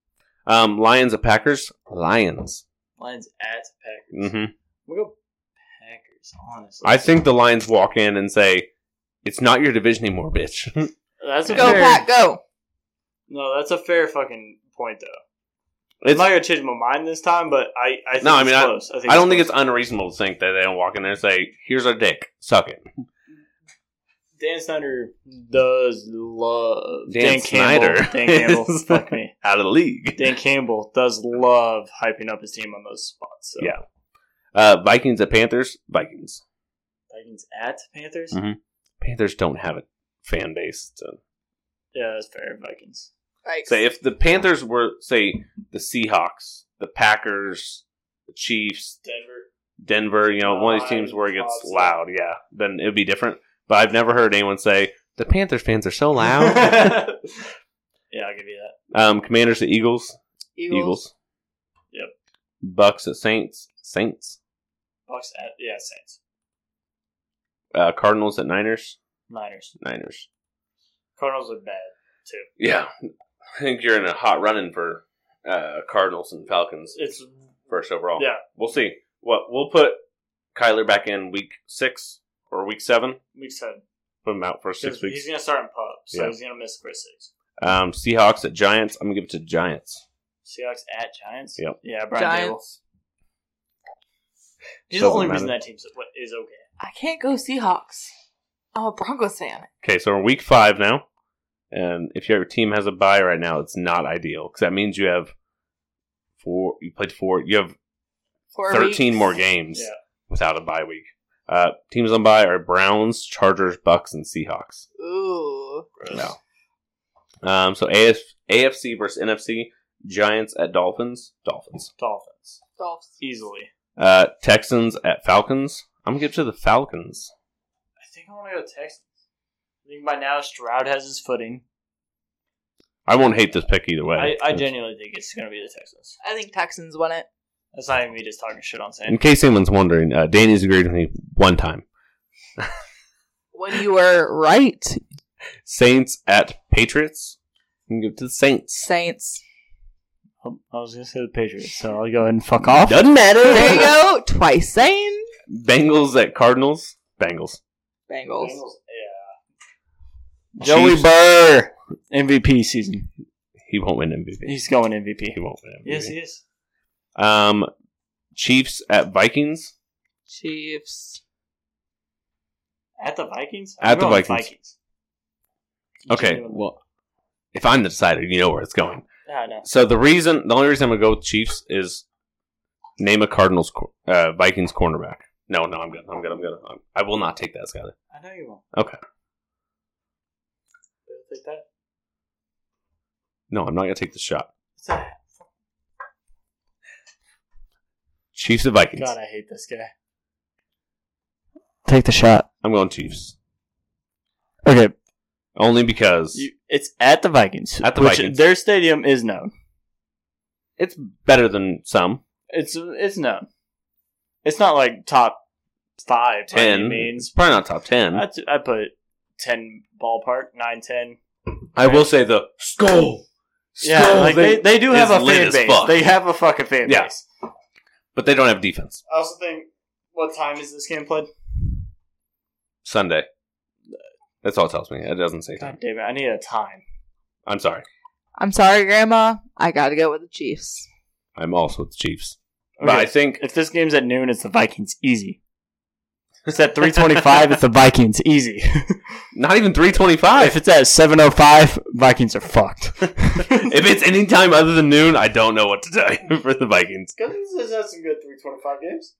S1: Um, Lions at Packers. Lions.
S5: Lions at Packers.
S1: hmm
S5: We go Packers. Honestly,
S1: I think the Lions walk in and say, "It's not your division anymore, bitch." <laughs>
S5: that's a
S3: Go,
S5: fair,
S3: Pat, go.
S5: No, that's a fair fucking point though.
S1: It's-
S5: I'm not gonna change my mind this time, but I, I think
S1: No, I
S5: it's
S1: mean, I-
S5: close. think
S1: I don't think it's
S5: close.
S1: unreasonable to think that they don't walk in there and say, "Here's our dick, suck it."
S5: Dan Snyder does love
S1: Dan
S5: Campbell.
S1: Snyder
S5: Dan Campbell,
S1: <laughs> is-
S5: fuck me.
S1: Out of the league.
S5: Dan Campbell does love hyping up his team on those spots. So.
S1: Yeah. Uh, Vikings at Panthers. Vikings.
S5: Vikings at Panthers.
S1: Mhm. Panthers don't have a fan base. To...
S5: Yeah, that's fair. Vikings.
S3: Like,
S1: Say if the Panthers were say the Seahawks, the Packers, the Chiefs,
S5: Denver.
S1: Denver, you know, one of these teams where it gets loud, yeah, then it'd be different. But I've never heard anyone say the Panthers fans are so <laughs> loud.
S5: <laughs> yeah, I'll give you that.
S1: um, Commanders to Eagles,
S3: Eagles.
S1: Eagles.
S5: Yep.
S1: Bucks at Saints, Saints.
S5: Bucks at yeah Saints.
S1: Uh, Cardinals at Niners,
S5: Niners.
S1: Niners.
S5: Cardinals are bad.
S1: Yeah, I think you're in a hot running for uh, Cardinals and Falcons
S5: It's
S1: first overall.
S5: Yeah.
S1: we'll see. What we'll put Kyler back in week six or week seven.
S5: week seven.
S1: Put him out for six
S5: He's- He's
S1: weeks.
S5: gonna start in pub, so
S1: Yeah.
S5: he's gonna miss Chris six.
S1: Um, Seahawks at Giants. I'm gonna give it to Giants.
S5: Seahawks at Giants.
S1: Yep.
S5: Yeah, Brian Dable.
S3: Giants.
S5: He's
S1: Doesn't
S5: the only
S1: matter.
S5: reason that team's what is okay.
S3: I can't go Seahawks. I'm a Broncos fan.
S1: Okay, so we're in week five now, and if your team has a bye right now, it's not ideal because that means you have four. You played four. You have
S3: Four
S1: thirteen
S3: weeks.
S1: more games
S5: Yeah.
S1: without a bye week. Uh, teams on bye are Browns, Chargers, Bucks, and Seahawks.
S3: Ooh.
S1: No. Um, so AF- AFC versus NFC: Giants at Dolphins, Dolphins,
S5: Dolphins
S3: Dolphs.
S5: easily.
S1: uh, Texans at Falcons. I'm gonna give it to the Falcons.
S5: I think I want to go Texans. I think by now Stroud has his footing.
S1: I won't hate this pick either
S5: I,
S1: way.
S5: I genuinely think it's gonna be the Texans.
S3: I think Texans won it.
S5: That's not even me just talking shit on
S1: In
S5: saying.
S1: case anyone's wondering, uh, Danny's agreed with me one time.
S3: When you were right,
S1: Saints at Patriots. I'm gonna give it to the Saints.
S3: Saints.
S5: I was gonna say the Patriots, so I'll go ahead and fuck off.
S1: Doesn't matter.
S3: There you go. Twice sane.
S1: Bengals at Cardinals. Bengals.
S3: Bengals.
S5: Joey
S1: Chiefs.
S5: Burr MVP season.
S1: He won't win MVP.
S5: He's going MVP.
S1: He won't win MVP.
S5: Yes, he is.
S1: Um, Chiefs at Vikings.
S3: Chiefs.
S5: At the Vikings.
S1: At the
S5: going with
S1: Vikings.
S5: Genuinely.
S1: Okay, well, if I'm the decider, you know where it's going.
S5: Ah, no.
S1: So the reason, the only reason I'm gonna go with Chiefs is name a Cardinals cor- uh, Vikings cornerback. No, no, I'm good. I'm good. I'm good. I'm, I will not take that, Scott.
S5: I know you won't.
S1: Okay.
S5: Take that.
S1: No, I'm not gonna take the shot.
S5: It's a-
S1: Chiefs at Vikings.
S5: God, I hate this guy.
S2: Take the shot.
S1: I'm going Chiefs
S2: Okay.
S1: only because
S5: You, it's at the Vikings.
S1: At the
S5: which
S1: Vikings.
S5: Their stadium is known.
S1: it's better than some.
S5: It's it's known. It's not like top five by any
S1: Ten. Hmm. It's
S5: means.
S1: probably not top ten.
S5: I, I put ten ballpark, nine ten.
S1: I will say the skull.
S5: Yeah,
S1: Skull,
S5: like they, they do have
S1: is
S5: a
S1: lit
S5: fan
S1: as
S5: base.
S1: fuck.
S5: They have a fucking fan
S1: Yeah.
S5: base.
S1: but they don't have defense.
S5: I also think what time is this game played?
S1: Sunday. That's all it tells me. It doesn't say.
S5: God damn it! I need a time.
S1: I'm sorry.
S3: I'm sorry, Grandma. I gotta go with the Chiefs.
S1: I'm also with the Chiefs, but
S5: Okay.
S1: I think
S5: If this game's at noon, it's the Vikings. Easy. If It's at three twenty-five. it's the Vikings. Easy.
S1: not even
S5: if
S1: 325.
S5: it's at seven oh five, Vikings are fucked.
S1: if it's any time other than noon, I don't know what to tell you for the Vikings.
S5: Cousins has had some good three twenty-five games.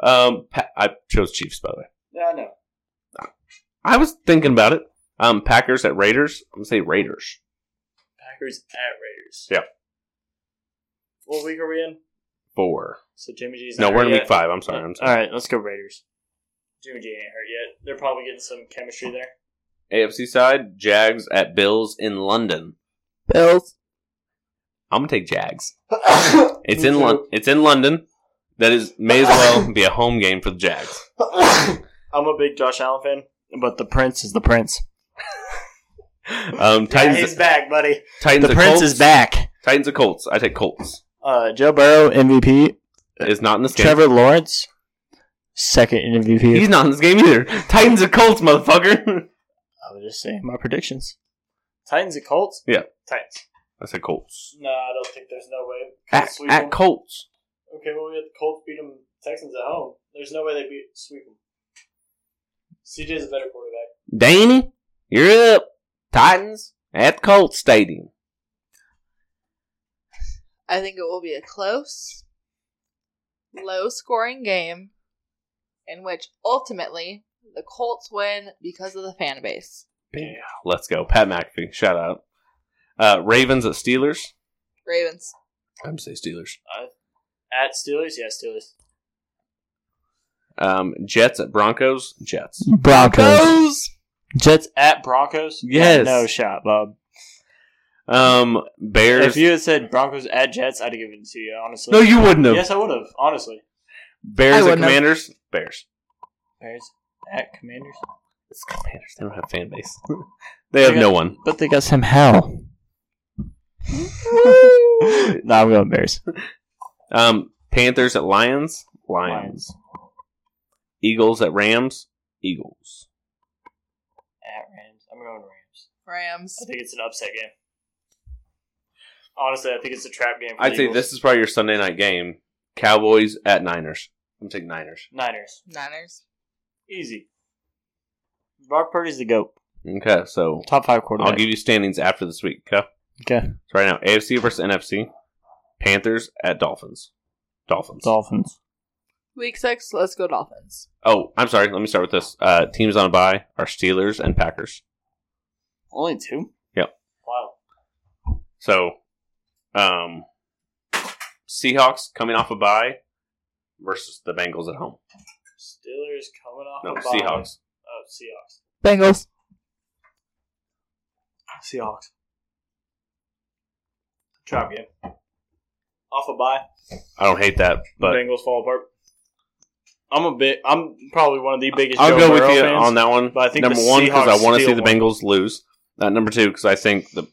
S1: Um, Pa- I chose Chiefs by the way.
S5: Yeah, I know.
S1: I was thinking about it. Um, Packers at Raiders. I'm gonna say Raiders.
S5: Packers at Raiders.
S1: Yeah.
S5: What week are we in?
S1: Four.
S5: So Jimmy G's
S1: No,
S5: not
S1: we're in
S5: hurt
S1: week
S5: yet.
S1: five. I'm sorry. I'm sorry.
S5: All right, let's go Raiders. Jimmy G ain't hurt yet. They're probably getting some chemistry there.
S1: AFC side, Jags at Bills in London.
S3: Bills.
S1: I'm gonna take
S5: <coughs>
S1: Jags. It's in Lon- It's in London. That is may as
S5: <coughs>
S1: well be a home game for the Jags.
S5: <coughs> I'm a big Josh Allen fan, but the Prince is the Prince.
S1: Um,
S5: Yeah,
S1: Titans.
S5: he's back, buddy.
S1: Titans.
S5: The
S1: at
S5: Prince
S1: Colts.
S5: is back.
S1: Titans at Colts. I take Colts.
S5: Uh, Joe Burrow MVP.
S1: Is not in this game.
S5: Trevor Lawrence second in MVP.
S1: He's not in this game either. <laughs> Titans at Colts, motherfucker. <laughs>
S5: I was just saying my predictions. Titans and Colts.
S1: Yeah.
S5: Titans.
S1: I said Colts.
S5: No, I don't think there's no way.
S1: At,
S5: Sweep
S1: at
S5: them.
S1: Colts.
S5: Okay, well, we had the Colts beat them Texans at home. There's no way they beat sweep them. CJ's a better quarterback.
S1: Danny, you're up. Titans at Colts Stadium.
S3: I think it will be a close, low scoring game in which ultimately the Colts win because of the fan base.
S1: Yeah, let's go. Pat McAfee, shout out. Uh, Ravens at Steelers.
S3: Ravens.
S1: I'm gonna say Steelers.
S5: At Steelers, yeah, Steelers.
S1: Um, Jets at Broncos. Jets.
S5: Broncos. Jets at Broncos.
S1: Yes.
S5: no shot, Bob.
S1: Um, Bears.
S5: If you had said Broncos at Jets, I'd have given it to you. Honestly,
S1: no, you wouldn't have.
S5: Yes, I would have. Honestly,
S1: Bears
S3: I
S1: at
S3: wouldn't have.
S1: Commanders. Bears.
S5: Bears at Commanders,
S1: It's Commanders. They don't have fan base. they have
S5: They
S1: no
S5: got-
S1: one.
S5: but they got
S1: <laughs>
S5: some hell. no, I'm going Bears.
S1: Um, Panthers at Lions. Lions.
S5: Lions
S1: Eagles at Rams. Eagles.
S5: at Rams. I'm going Rams.
S3: Rams.
S5: I think it's an upset game. Honestly, I think it's a trap game. For
S1: I'd
S5: the
S1: say
S5: Eagles.
S1: this is probably your Sunday night game. Cowboys at Niners. I'm taking Niners.
S5: Niners
S3: Niners.
S5: easy. Brock Purdy's the goat.
S1: Okay, so
S5: Top five
S1: I'll
S5: quarterback.
S1: give you standings after this week. Okay.
S5: okay.
S1: So right now, AFC versus NFC. Panthers at Dolphins. Dolphins.
S5: Dolphins.
S3: Week six, let's go Dolphins.
S1: oh, I'm sorry. Let me start with this. Uh, teams on bye are Steelers and Packers.
S5: Only two.
S1: Yep.
S5: Wow.
S1: So, um, Seahawks coming off a bye versus the Bengals at home.
S5: Steelers coming off.
S1: No,
S5: a bye.
S1: Seahawks.
S5: Oh, Seahawks.
S3: Bengals.
S5: Seahawks. Trap game. Off a bye.
S1: I don't hate that, but
S5: Bengals fall apart. I'm a bit. I'm probably one of the biggest.
S1: I'll
S5: Joe
S1: go with
S5: Burrow
S1: you
S5: fans.
S1: on that one.
S5: but I think
S1: number
S5: the
S1: one because I
S5: Seahawks
S1: want to see
S5: steal
S1: the
S5: one.
S1: Bengals lose. Uh, number two because I think the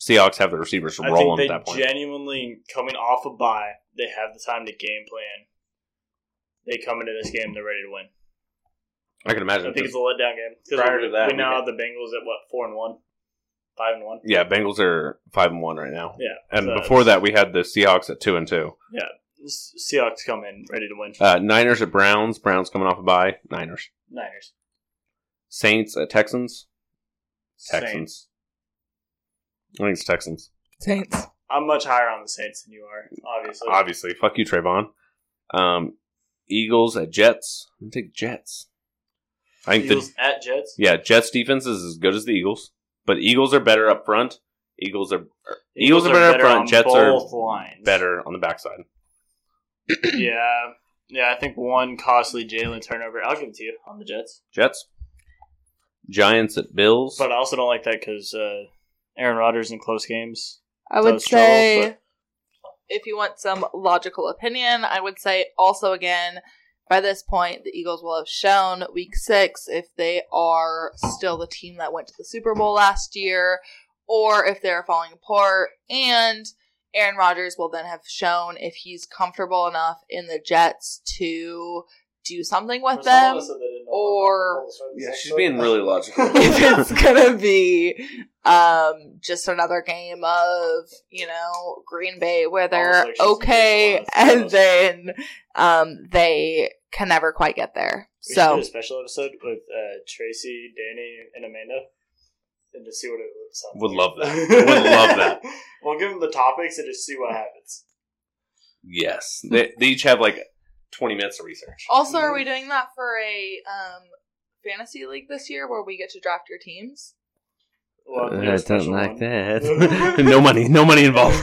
S1: Seahawks have the receivers
S5: I
S1: rolling at
S5: think
S1: that
S5: they
S1: point.
S5: genuinely coming off a bye. They have the time to game plan. They come into this game. They're ready to win.
S1: I can imagine.
S5: I think
S1: because-
S5: it's a letdown game. 'Cause
S1: Prior
S5: we-
S1: to that,
S5: we
S1: we
S5: now
S1: had-
S5: have the Bengals at what four and one, five and one.
S1: yeah, Bengals are five and one right now,
S5: Yeah,
S1: and
S5: so
S1: before that we had the Seahawks at two and two.
S5: S- Seahawks come in ready to win.
S1: Uh, Niners at Browns. Browns coming off a bye. Niners.
S5: Niners,
S1: Saints at Texans. Texans.
S5: Saints.
S1: I think it's Texans.
S3: Saints.
S5: I'm much higher on the Saints than you are, obviously.
S1: Obviously, fuck you, Trayvon. Um, Eagles at Jets. I'm gonna take Jets. I think the
S5: Eagles at Jets.
S1: Yeah, Jets defense is as good as the Eagles, but Eagles are better up front. Eagles are Eagles are better up front,
S5: on
S1: Jets are
S5: both lines.
S1: better on the backside.
S5: <clears throat> yeah, yeah. I think one costly Jalen turnover. I'll give it to you on the Jets,
S1: Jets, Giants at Bills.
S5: but I also don't like that because uh, Aaron Rodgers in close games.
S3: I would
S5: Those
S3: say
S5: troubles,
S3: if you want some logical opinion, I would say also again, by this point, the Eagles will have shown week six if they are still the team that went to the Super Bowl last year or if they're falling apart. And Aaron Rodgers will then have shown if he's comfortable enough in the Jets to do something with them. or-
S1: yeah, she's being really <laughs> logical.
S3: if it's gonna be um just another game of you know green bay where they're
S5: Almost like she's
S3: okay and
S5: gonna be the last.
S3: then um they can never quite get there
S5: We should do
S3: so
S5: a special episode with uh, Tracy, Danny, and Amanda, and just see what it would sound. <laughs>
S1: Would
S5: like.
S1: love that. Would love that.
S5: We'll give them the topics and just see what happens.
S1: yes, they, they each have like twenty minutes of research.
S3: also are we doing that for a um fantasy league this year where we get to draft your teams
S1: Uh, I don't like that. no money, no money involved.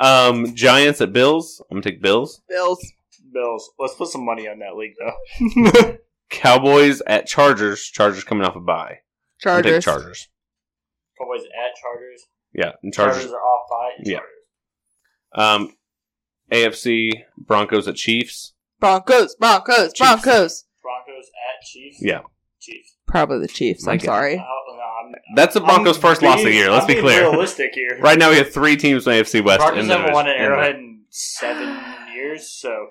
S1: <laughs> um, Giants at Bills. I'm gonna take Bills.
S3: Bills.
S5: <laughs> Bills. Let's put some money on that league, though.
S1: <laughs> Cowboys at Chargers. Chargers coming off a bye. I'm gonna
S3: Chargers.
S1: Take Chargers.
S5: Cowboys at Chargers.
S1: Yeah, and
S5: Chargers,
S1: Chargers.
S5: are off by. and
S1: Yeah.
S5: Chargers.
S1: Um, AFC Broncos at Chiefs.
S3: Broncos. Broncos. Broncos.
S5: Broncos at Chiefs.
S1: Yeah.
S5: Chiefs.
S3: Probably the Chiefs.
S1: My
S3: I'm
S1: God.
S5: I
S3: sorry.
S5: don't- no, I'm-
S1: That's the Broncos'
S5: I'm
S1: first loss of the
S5: being-
S1: year. Let's
S5: I'm
S1: be
S5: being
S1: clear.
S5: Realistic here.
S1: Right now, we have three teams in AFC West.
S5: Broncos
S1: in the
S5: haven't won at
S1: division. In the-
S5: Arrowhead in seven years, so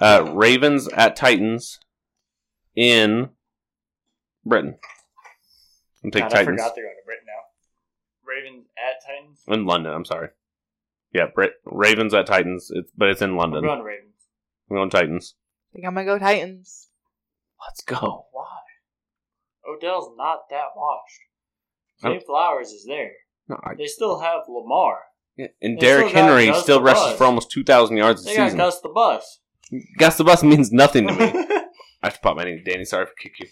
S1: Uh, Ravens at Titans in Britain. I'm gonna
S5: God,
S1: take
S5: I
S1: Titans
S5: forgot they're going to Britain now. Ravens at Titans.
S1: in London. I'm sorry. Yeah, Brit- Ravens at Titans, it's, but it's in
S5: I'm
S1: London.
S5: going Ravens.
S1: I'm going Titans.
S3: I think I'm gonna go Titans.
S1: Let's go.
S5: Why? Odell's not that washed.
S1: I
S5: Jay Flowers is there.
S1: No, I,
S5: They still have Lamar.
S1: yeah, and
S5: They
S1: Derrick
S5: still got
S1: Henry
S5: Gus
S1: still
S5: the
S1: rushes
S5: Bus.
S1: for almost 2,000 yards a
S5: They got
S1: season. Gus-,
S5: Gus
S1: <laughs>
S5: the Bus.
S1: the Bus means nothing to
S5: <laughs>
S1: me. I have to pop my name, Danny. Sorry for kick you.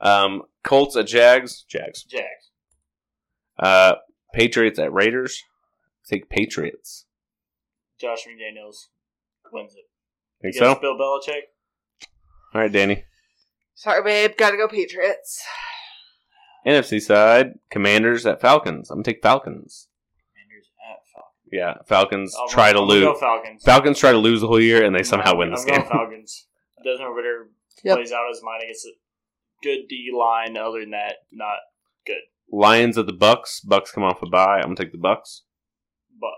S1: Um, Colts at Jags. Jags.
S5: Jags.
S1: Uh, Patriots at Raiders. Take Patriots.
S5: Josh McDaniels wins it.
S1: Think so?
S5: Against Bill Belichick.
S1: All right, Danny.
S3: Sorry, babe. Gotta go Patriots.
S1: NFC side, Commanders at Falcons. I'm gonna take Falcons.
S5: Commanders at Falcons.
S1: Yeah, Falcons
S5: I'm-
S1: try to
S5: Uh, I'm gonna
S1: lose.
S5: go Falcons.
S1: Falcons try to lose the whole year, and they somehow win this
S5: I'm
S1: game. <laughs>
S5: Going Falcons. Desmond Ritter
S3: Yep.
S5: plays out his mind against a good D line. Other than that, not
S1: Lions at the Bucks. Bucks come off a bye. I'm gonna take the Bucks.
S5: but uh,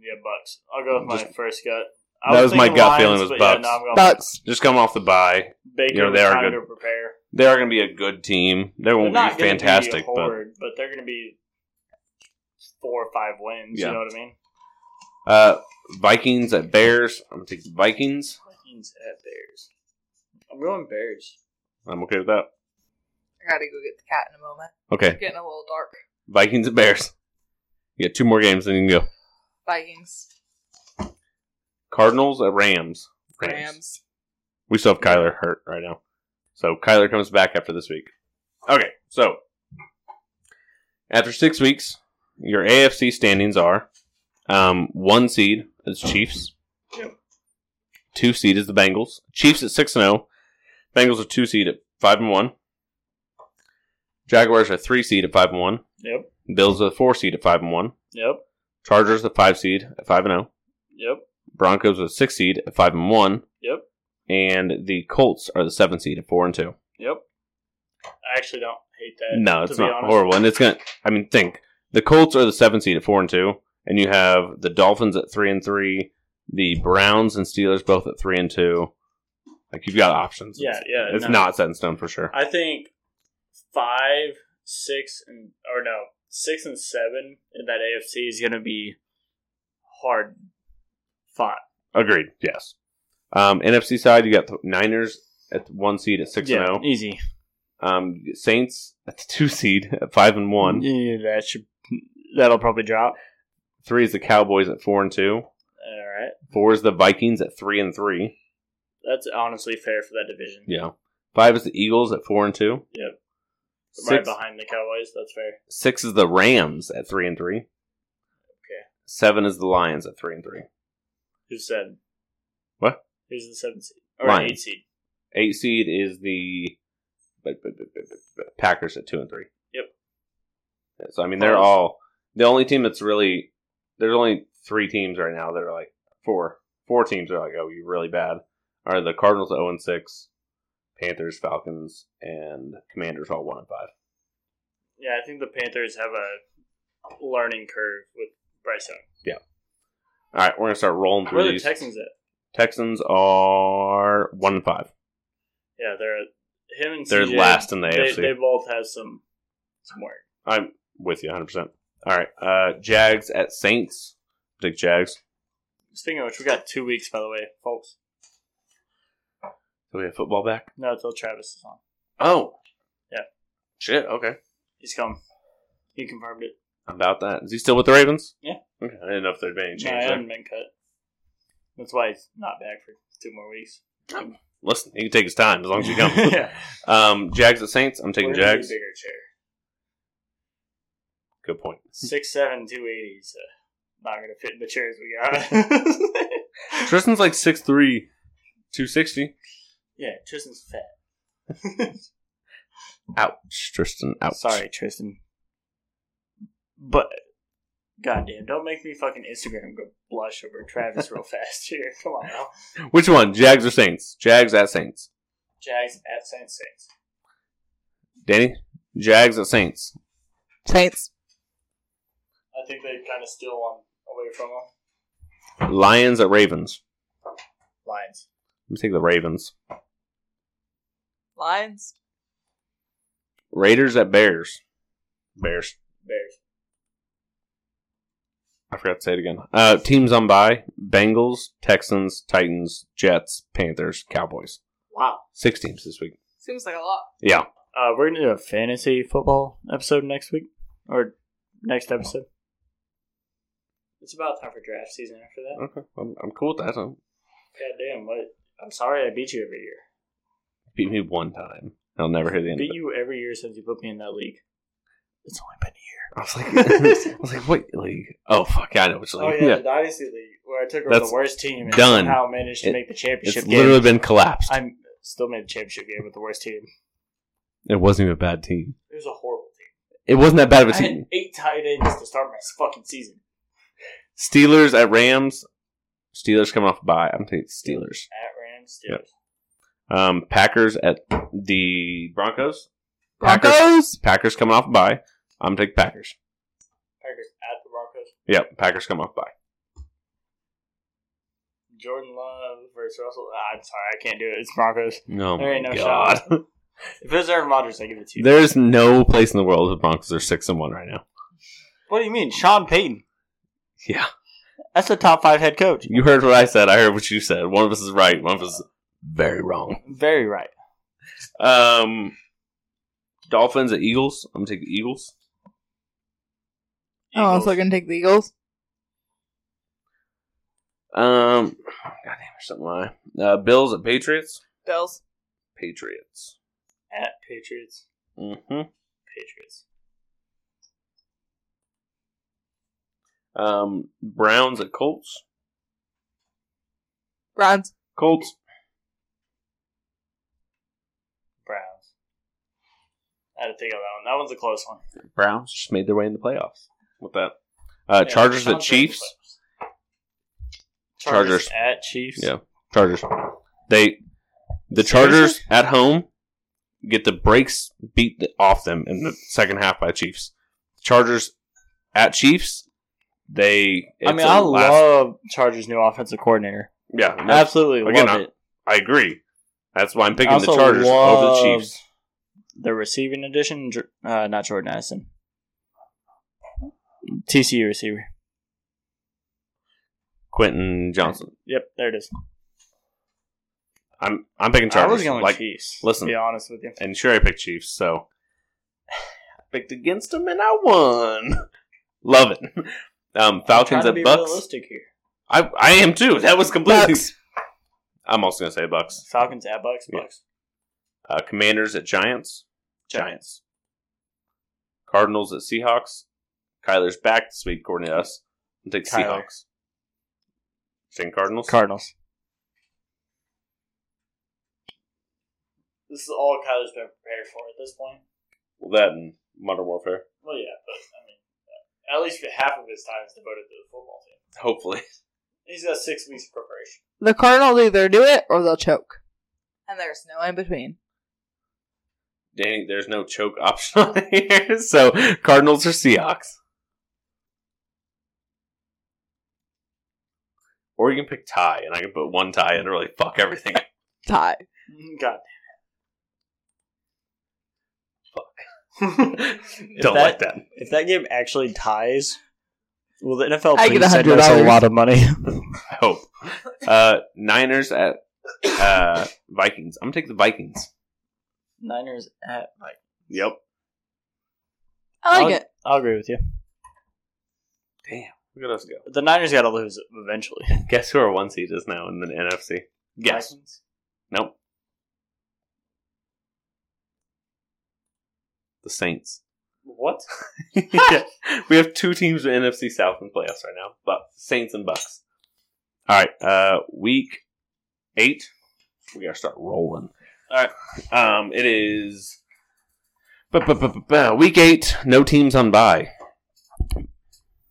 S5: yeah, Bucks. I'll go with my
S1: Just-
S5: first gut.
S1: That was my
S5: thinking
S1: gut feeling was
S5: but
S1: Bucks.
S5: no, I'm going
S3: Bucks.
S1: Just come off the bye.
S5: Baker
S1: You know,
S5: was
S1: they are
S5: trying
S1: good.
S5: to prepare.
S1: They are gonna be a good team. They
S5: They're
S1: won't
S5: not
S1: be
S5: gonna
S1: fantastic,
S5: be
S1: but
S5: horrid, but they're going to be four or five wins.
S1: Yeah.
S5: You know what I mean?
S1: uh, Vikings at Bears. I'm gonna take the Vikings.
S5: Vikings at Bears. I'm going Bears.
S1: I'm okay with that.
S3: I gotta go get the cat in a moment.
S1: Okay,
S3: It's getting a little dark.
S1: Vikings at Bears. You got two more games, then you can go.
S3: Vikings.
S1: Cardinals at Rams.
S3: Rams.
S1: We still have Kyler hurt right now. So Kyler comes back after this week. Okay, so after six weeks, your AFC standings are um, one seed is Chiefs. Two seed is the Bengals. Chiefs at six and zero. Bengals are two seed at five and one. Jaguars are three seed at five and one.
S5: Yep.
S1: Bills are the four seed at five and one.
S5: Yep.
S1: Chargers the five seed at five and oh. zero.
S5: Yep.
S1: Broncos are the six seed at five and one.
S5: Yep.
S1: And the Colts are the seven seed at four and two.
S5: Yep. I actually don't hate that.
S1: No,
S5: Eh, to
S1: it's
S5: be
S1: not
S5: honest.
S1: horrible. And it's gonna I mean think. The Colts are the seven seed at four and two, and you have the Dolphins at three and three, the Browns and Steelers both at three and two. Like you've got options.
S5: Yeah,
S1: It's-
S5: yeah,
S1: It's
S5: no.
S1: not set in stone for sure.
S5: I think five, six, and or no, six and seven in that AFC is going to be hard fought.
S1: Agreed, yes. Um, NFC side, you got the Niners at one seed at six and oh? zero.
S5: easy.
S1: Um, Saints at the two seed at five and one.
S5: Yeah, that should that'll probably drop.
S1: Three is the Cowboys at four and two.
S5: All right,
S1: Four is the Vikings at three and three.
S5: that's honestly fair for that division.
S1: Yeah. Five is the Eagles at four and two.
S5: Yep.
S1: Six,
S5: Right behind the Cowboys, that's fair.
S1: six is the Rams at three and three.
S5: Okay.
S1: Seven is the Lions at three and three.
S5: Who's seven?
S1: What?
S5: Who's the seventh seed or
S1: Lions.
S5: eight seed?
S1: Eight seed is the but- but- but- but- but Packers at two and three.
S5: Yep.
S1: Yeah, So I mean, they're
S5: Close.
S1: all the only team that's really there's only three teams right now that are like four four teams are like oh you're really bad are the Cardinals at zero and six, Panthers, Falcons, and Commanders all one and five.
S5: Yeah, I think the Panthers have a learning curve with Bryce Young.
S1: All right, we're gonna start rolling through
S5: Where are the
S1: these.
S5: Texans at?
S1: Texans are one and five.
S5: Yeah, they're him and
S1: They're
S5: CJ,
S1: last in the
S5: they,
S1: AFC.
S5: They both have some some work.
S1: I'm with you 100. percent All right, uh, Jags at Saints. Dick Jags.
S5: Speaking of which, we got two weeks by the way, folks.
S1: Do we have football back?
S5: No, until Travis is on.
S1: Oh,
S5: Yeah.
S1: Shit. Okay.
S5: He's come. He confirmed it.
S1: About that. Is he still with the Ravens?
S5: Yeah.
S1: Okay. I didn't know if there'd been any
S5: No, I
S1: change.
S5: haven't
S1: there.
S5: been cut. That's why he's not back for two more weeks.
S1: Listen, he can take his time as long as you come.
S5: <laughs> yeah.
S1: um, Jags at Saints. I'm taking
S5: We're gonna need
S1: Jags.
S5: a Bigger chair.
S1: Good point.
S5: Six seven two eighty. So not gonna fit in the chairs we got.
S1: Tristan's like 6'3", 260.
S5: yeah, Tristan's fat.
S1: Ouch, Tristan. Ouch.
S5: Sorry, Tristan. But goddamn, don't make me fucking Instagram go blush over Travis real fast here. Come on now.
S1: Which one? Jags or Saints? Jags at Saints.
S5: Jags at Saint Saints.
S1: Danny? Jags at Saints.
S3: Saints.
S5: I think they kind of steal one away from them.
S1: Lions at Ravens.
S5: Lions.
S1: Let me take the Ravens.
S3: Lions.
S1: Raiders at Bears. Bears.
S5: Bears.
S1: I forgot to say it again. Uh, teams on bye: Bengals, Texans, Titans, Jets, Panthers, Cowboys.
S5: Wow.
S1: Six teams this week.
S3: Seems like a lot.
S1: Yeah,
S5: Uh, we're gonna do a fantasy football episode next week or next episode. It's about time for draft season. After that,
S1: okay, I'm, I'm cool with that. i
S5: goddamn, what? I'm sorry I beat you every year.
S1: beat me one time. I'll never hear the end.
S5: Beat
S1: of it.
S5: you every year since you put me in that league. It's only been a
S1: I was like, I
S5: <laughs>
S1: was like, <laughs> what league? Oh fuck, I know which league.
S5: Oh yeah,
S1: yeah,
S5: the dynasty league where I took over
S1: That's
S5: the worst team and
S1: done.
S5: somehow managed to
S1: It-
S5: make the
S1: it's
S5: championship game.
S1: literally been collapsed.
S5: I'm still made the championship game with the worst team.
S1: it wasn't even a bad team.
S5: It was a horrible team.
S1: It wasn't that bad of a
S5: I had
S1: team.
S5: eight tight ends to start my fucking season.
S1: Steelers at Rams. Steelers coming off a bye. I'm taking Steelers.
S5: at Rams.
S1: Yep. Um, Packers at the Broncos. Packers.
S3: Broncos.
S1: Packers coming off a bye. I'm taking Packers.
S5: Packers at the Broncos.
S1: Yep, Packers come off by.
S5: Jordan Love versus Russell. ah, I'm sorry, I can't do it. It's Broncos.
S1: No,
S5: There ain't no
S1: God. <laughs>
S5: If it was Aaron Rodgers, I give it to you.
S1: There's no place in the world the Broncos are six and one right now.
S5: what do you mean, Sean Payton?
S1: Yeah,
S5: That's the top five head coach.
S1: you heard what I said. I heard what you said. One of us is right. One of us is very wrong.
S5: Very right.
S1: Um, Dolphins at Eagles. I'm gonna take the Eagles.
S5: Oh,
S3: I'm also gonna take the Eagles.
S1: Um, goddamn, there's something why. Uh, Bills at Patriots.
S3: Bills.
S1: Patriots.
S5: at Patriots.
S1: Mm-hmm.
S5: Patriots.
S1: Um, Browns at Colts.
S3: Browns.
S1: Colts.
S5: Browns. I had to think of that one. That one's a close one.
S1: Browns just made their way in the playoffs with that. Uh, Chargers at Chiefs. Chargers.
S5: Chargers, at Chiefs.
S1: Yeah. Chargers. They the Chargers at home get the brakes beat the, off them in the second half by Chiefs. Chargers at Chiefs, they.
S5: I
S1: it's
S5: mean,
S1: a
S5: I
S1: last-
S5: love Chargers' new offensive coordinator.
S1: Yeah, no,
S5: Absolutely
S1: Again,
S5: love
S1: I-
S5: it.
S1: I agree. That's why I'm picking the
S5: also
S1: Chargers over the
S5: love-
S1: Chiefs.
S5: The receiving edition, Jor- uh, not Jordan Addison. TCU receiver.
S1: Quentin Johnson.
S5: Yep, there it is.
S1: I'm I'm picking
S5: I was
S1: Chargers.
S5: going
S1: Like,
S5: Chiefs.
S1: listen.
S5: to be honest with you.
S1: and sure, I picked Chiefs. So <sighs> I picked against them, and I won. <laughs> love it. Um,
S5: Trying
S1: Falcons
S5: to
S1: at
S5: be
S1: Bucks.
S5: realistic here.
S1: I I am too. <laughs> That was completely. I'm also gonna say Bucks.
S5: Falcons at Bucks.
S1: Yeah.
S5: Bucks.
S1: Uh, Commanders at Giants. Giants. Cardinals at Seahawks. Kyler's back this week, according to us. I'll take
S5: Kyler.
S1: Seahawks. Saying Cardinals.
S5: Cardinals. This is all Kyler's been prepared for at this point.
S1: well, that and Modern Warfare.
S5: Well, yeah, but I mean, at least half of his time is devoted to the football team.
S1: Hopefully, <laughs>
S5: He's got six weeks of preparation. <laughs>
S3: The Cardinals either do it or they'll choke. And there's no in between.
S1: Danny. There's no choke option on <laughs> here, so Cardinals or Seahawks. Or you can pick tie, and I can put one tie and really fuck everything.
S3: Tie.
S5: God. if
S1: <laughs> Don't
S5: that,
S1: like that.
S5: If that game actually ties, will the NFL
S3: I get
S5: please send us a
S3: $100.
S5: lot of money?
S1: I hope. Uh, Niners at uh, Vikings. I'm gonna take the Vikings.
S5: Niners at Vikings.
S1: Yep.
S3: I
S5: I'll-
S3: like it.
S5: I'll agree with you.
S1: Look at us go.
S5: The Niners got to lose eventually.
S1: Guess who our one seed is now in the NFC? Guess.
S5: Vikings?
S1: Nope. The Saints.
S5: What?
S1: <laughs> yeah. We have two teams in NFC South in playoffs right now, but Saints and Bucks. All right, uh, week eight. We gotta start rolling. All right, um, it is ba-ba-ba-ba-ba, week eight. No teams on bye.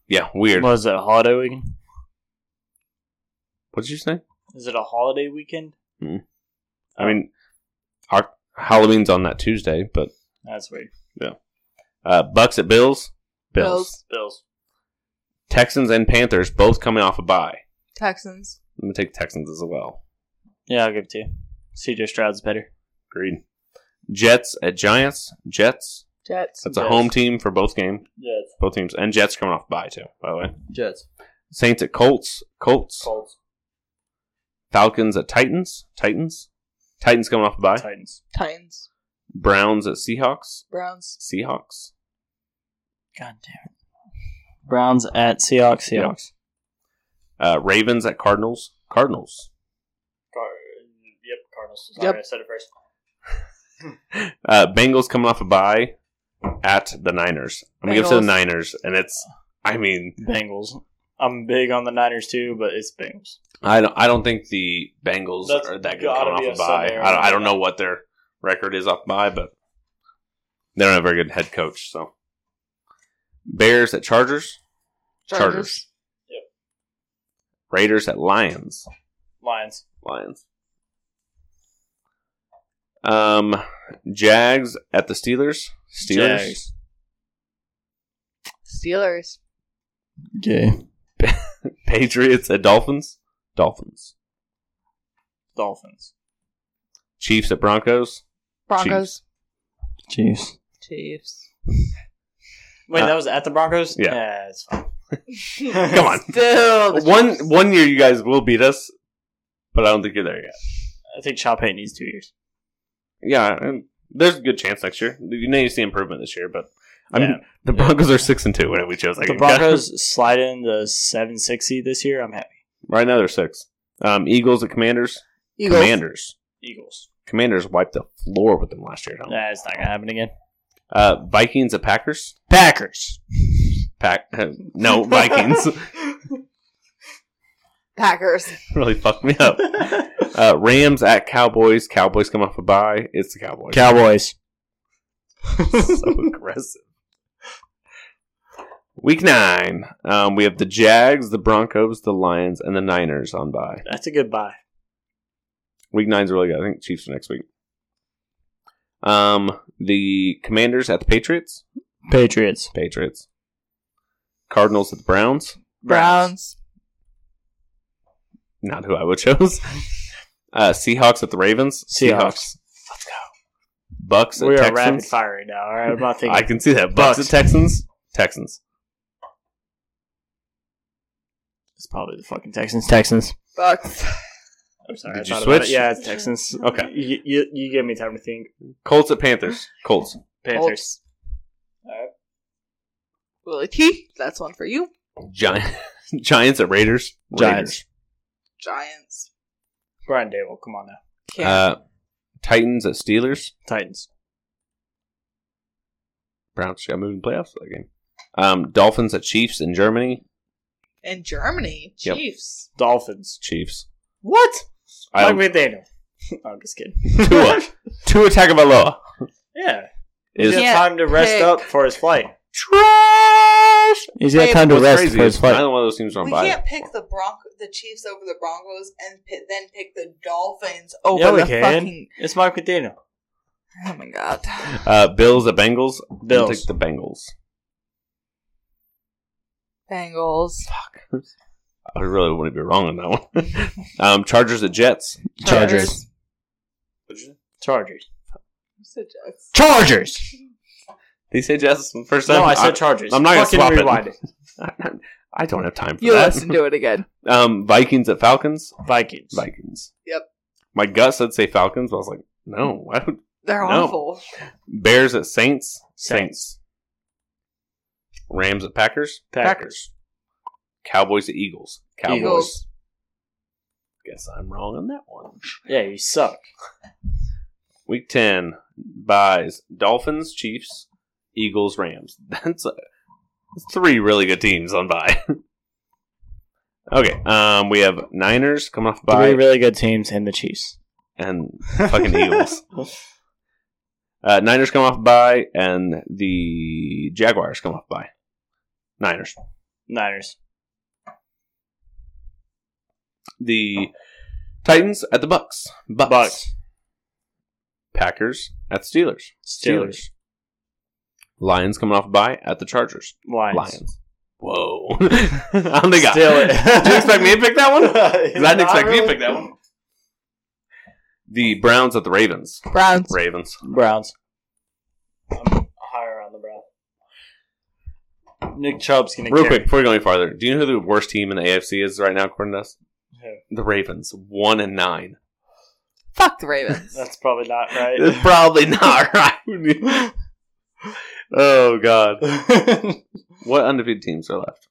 S1: Yeah, weird.
S5: Was it a holiday weekend?
S1: What did you say?
S5: Is it a holiday weekend?
S1: I mean, our Halloween's on that Tuesday, but
S5: That's weird.
S1: uh, Bucks at Bills, Bills,
S3: Bills.
S5: Bills.
S1: Texans and Panthers both coming off a bye.
S3: Texans.
S1: I'm gonna take Texans as well.
S5: Yeah, I'll give it to you. CJ Stroud's better.
S1: Agreed. Jets at Giants. Jets.
S3: Jets.
S1: That's a
S5: Jets.
S1: home team for both game,
S5: Jets.
S1: both teams, and Jets coming off bye too. By the way,
S4: Jets.
S1: Saints at Colts. Colts.
S5: Colts.
S1: Falcons at Titans. Titans. Titans coming off a bye.
S5: Titans.
S3: Titans.
S1: Browns at Seahawks.
S3: Browns.
S1: Seahawks.
S5: God damn it. Browns at Seahawks. Seahawks.
S1: Uh, Ravens at Cardinals. Cardinals.
S5: yep, Cardinals.
S3: Sorry,
S5: I said it first.
S1: Uh, Bengals coming off a bye at the Niners. I'm gonna give it to the
S3: Bengals.
S1: Niners, and it's. I mean,
S5: Bengals. I'm big on the Niners too, but it's Bengals.
S1: I don't. I don't think the Bengals
S5: That's
S1: are that good
S5: gotta
S1: coming
S5: be
S1: off a
S5: a
S1: bye.
S5: Sunday or
S1: I don't, I don't
S5: Monday.
S1: know what their record is off bye, but they don't have a very good head coach. So, Bears at Chargers,
S3: Chargers.
S1: Chargers.
S5: Yep.
S1: Raiders at Lions,
S5: Lions.
S1: Lions. Um, Jags at the Steelers, Steelers.
S5: Jags.
S3: Steelers.
S5: Okay.
S1: Patriots at Dolphins, Dolphins.
S5: Dolphins.
S1: Chiefs at Broncos,
S3: Broncos.
S5: Chiefs.
S3: Chiefs.
S5: Wait,
S1: Uh,
S5: that was at the Broncos?
S1: yeah.
S5: yeah it's fine.
S1: Come
S5: <laughs>
S1: on.
S3: Still. the
S1: one
S3: Chiefs.
S1: one year you guys will beat us, but I don't think you're there yet.
S5: I think Chop Hay needs two years.
S1: yeah, and there's a good chance next year. You know, you see improvement this year, but I mean,
S5: Yeah.
S1: the Broncos are six and two. Whatever we chose, I
S5: the
S1: guess.
S5: Broncos <laughs> slide into seven sixty this year. I'm happy.
S1: right now they're six. Um, Eagles at Commanders.
S3: Eagles.
S1: Commanders.
S5: Eagles.
S1: Commanders wiped the floor with them last year. Tom.
S5: Nah, it's not gonna happen again.
S1: Uh, Vikings at Packers.
S5: Packers.
S1: Pack. <laughs> no Vikings. <laughs>
S3: Packers.
S1: really fucked me up. Uh, Rams at Cowboys. Cowboys come off a bye. It's the Cowboys.
S5: Cowboys.
S1: <laughs> so aggressive. Week nine, um, we have the Jags, the Broncos, the Lions, and the Niners on bye.
S5: That's a good buy.
S1: Week nine's really good. I think Chiefs are next week. Um, the Commanders at the Patriots.
S5: Patriots.
S1: Patriots. Cardinals at the Browns.
S3: Browns.
S1: Not who I would chose. Uh, Seahawks at the Ravens.
S5: Seahawks.
S1: Let's go. Bucks at
S5: We are rapid
S1: Texans.
S5: fire right now. All right,
S1: <laughs>
S5: I'm not thinking.
S1: I can see that. Bucks,
S5: Bucks.
S1: at Texans. Texans.
S5: it's probably the fucking Texans. Texans.
S3: Bucks.
S5: I'm sorry.
S1: Did
S5: I
S1: you
S5: thought about
S1: switch?
S5: it. Yeah, it's Texans.
S1: <laughs> Okay.
S5: You, you you gave me time to think.
S1: Colts at Panthers. Colts.
S5: Panthers.
S3: Willie T. That's one for you.
S1: Giants. <laughs> Giants at Raiders.
S5: Giants.
S3: Giants.
S5: Brian Dable. Come on now.
S1: Raiders.
S3: Can't.
S1: Uh, Titans at Steelers.
S5: Titans.
S1: Browns got moved in playoffs for that game. Um, Dolphins at Chiefs in Germany.
S3: and Germany.
S1: Yep.
S3: Chiefs.
S5: Dolphins.
S1: Chiefs.
S5: What?
S1: I
S5: Mike McDaniel. <laughs> I'm
S1: <laughs>
S5: just kidding.
S1: Tua.
S5: <laughs>
S1: Tua Tagovailoa
S5: Yeah. He's
S1: is
S3: Yeah.
S5: got time to rest
S3: pick-
S5: up Oh, for his flight.
S1: trash.
S5: He's
S3: got Hey, time
S1: What's crazy is neither one of those teams are on
S3: We
S1: bye.
S3: can't pick the Bronco, the Chiefs over the Broncos, and pi then pick the Dolphins over
S5: Yeah, we
S3: the
S5: can.
S3: fucking.
S5: It's Mike McDaniel.
S3: Oh my god! <sighs>
S1: Uh, Bills at Bengals. I'll
S5: Bills.
S1: Take the Bengals.
S3: Bengals.
S1: I really wouldn't be wrong on that one. <laughs> um, Chargers at Jets.
S5: Chargers. Chargers.
S3: You said Jets.
S5: Chargers.
S1: Did you say Jets the first time?
S5: No, I said Chargers.
S1: I'm not gonna
S5: Fucking
S1: swap it.
S5: rewind
S1: I, <laughs> I don't have time for
S3: You
S1: that.
S3: listen to it again.
S1: Um, Vikings at Falcons.
S5: Vikings.
S1: Vikings.
S3: Yep.
S1: My gut said say Falcons, but I was like, no. Why would
S3: They're
S1: No.
S3: awful.
S1: Bears at Saints.
S5: Saints.
S1: Rams at Packers.
S5: Packers.
S1: Cowboys at Eagles. Cowboys.
S3: Eagles.
S1: Guess I'm wrong on that one.
S5: Yeah,
S1: <laughs>
S5: you suck.
S1: Week ten buys Dolphins, Chiefs, Eagles, Rams. <laughs> That's uh, three really good teams on bye. <laughs> okay, um, we have Niners coming off bye
S2: Three really good teams and the Chiefs.
S1: and fucking
S5: <laughs>
S1: Eagles. Uh, Niners come off bye and the Jaguars come off bye. Niners.
S5: Niners. Oh.
S1: The Titans at the Bucks. Bucks.
S5: Bucks.
S1: Packers at Steelers.
S5: Steelers.
S1: Lions coming off bye at the Chargers.
S5: Lions. <laughs>
S1: Lions. Whoa. <laughs> I don't think I
S5: Steal it.
S1: Did you expect me to pick that one?
S5: <laughs>
S1: 'Cause I didn't
S4: Not
S1: expect me to
S4: really.
S1: pick that one. The Browns at the Ravens.
S3: Browns.
S1: Ravens.
S2: Browns.
S5: I'm higher on the brow. Nick Chubb's gonna
S1: Real
S5: carry.
S1: quick, before we go any farther, do you know who the worst team in the AFC is right now, according to us? The Ravens. One and <laughs> nine.
S3: Fuck the Ravens.
S5: That's probably not
S1: <laughs>
S5: right.
S1: It's probably not <laughs> right. oh God. what undefeated teams are left?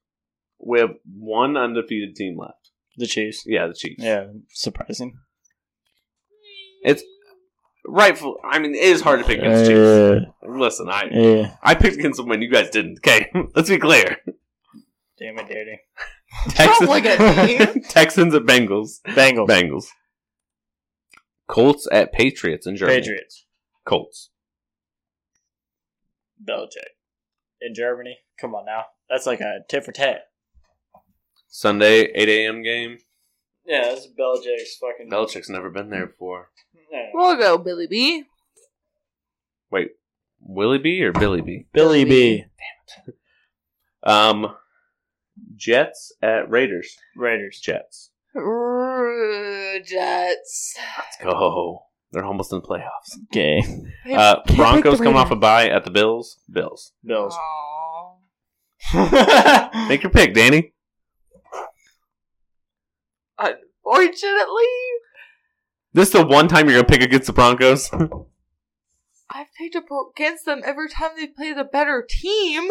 S1: We have one undefeated team left.
S2: The Chiefs.
S1: Yeah, the Chiefs.
S2: Yeah, surprising.
S1: It's rightful. I mean, it is hard to pick against Chiefs.
S2: Uh,
S1: Listen, I
S2: yeah.
S1: I picked against them when you guys didn't. Okay, <laughs> let's be clear.
S5: Damn it, Dirty.
S1: Texans,
S3: look at me.
S1: <laughs> Texans at Bengals.
S2: Bengals.
S1: Bengals. Colts at Patriots in Germany.
S5: Patriots.
S1: Colts.
S5: Belichick. In Germany. Come on now. That's like a tit for tat.
S1: Sunday, 8 a.m. game.
S5: Yeah, that's Belichick's fucking.
S1: Belichick's never been there before.
S5: Yeah.
S3: we'll go Billy B.
S1: Willie B or Billy B?
S2: Billy B.
S1: Um, Jets at Raiders.
S5: Raiders.
S1: Jets.
S3: R- Jets.
S1: Let's go. They're almost in the playoffs.
S2: Gay.
S1: Uh, Broncos coming off a bye at the Bills. Bills. <laughs>
S5: Bills.
S3: Aw.
S1: Make your pick, Danny.
S3: Fortunately,
S1: This is the one time you're gonna pick against the Broncos. <laughs>
S3: I've picked up against them every time they played a better team.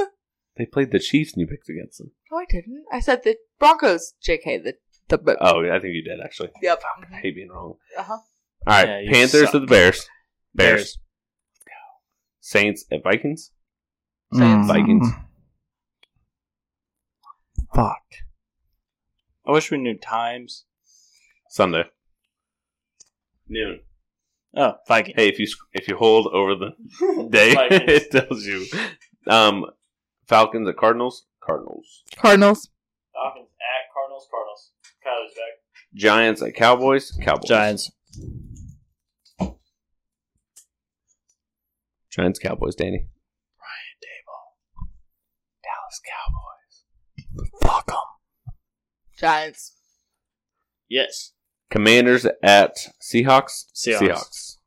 S1: they played the Chiefs and you picked against them.
S3: No, I didn't. I said the Broncos. JK. The the. Bo-
S1: Oh, I think you did actually.
S3: yep.
S1: I hate being wrong.
S3: Uh huh.
S1: All right,
S5: Yeah, you
S1: Panthers
S5: suck.
S1: at the Bears. Bears.
S5: Bears.
S1: Saints at Vikings. Mm.
S3: Saints.
S1: Vikings.
S2: Fuck.
S5: I wish we knew times.
S1: Sunday. Noon.
S5: Oh, Vikings.
S1: Hey, if you sc- if you hold over the day, <laughs>
S5: Vikings.
S1: it tells you. Um, Falcons at Cardinals. Cardinals.
S3: Cardinals.
S5: Falcons at Cardinals. Cardinals. Kyler's back.
S1: Giants at Cowboys. Cowboys.
S2: Giants.
S1: Giants. Cowboys. Danny.
S2: Fuck them.
S3: Giants.
S5: Yes.
S1: Commanders at Seahawks.
S5: Seahawks.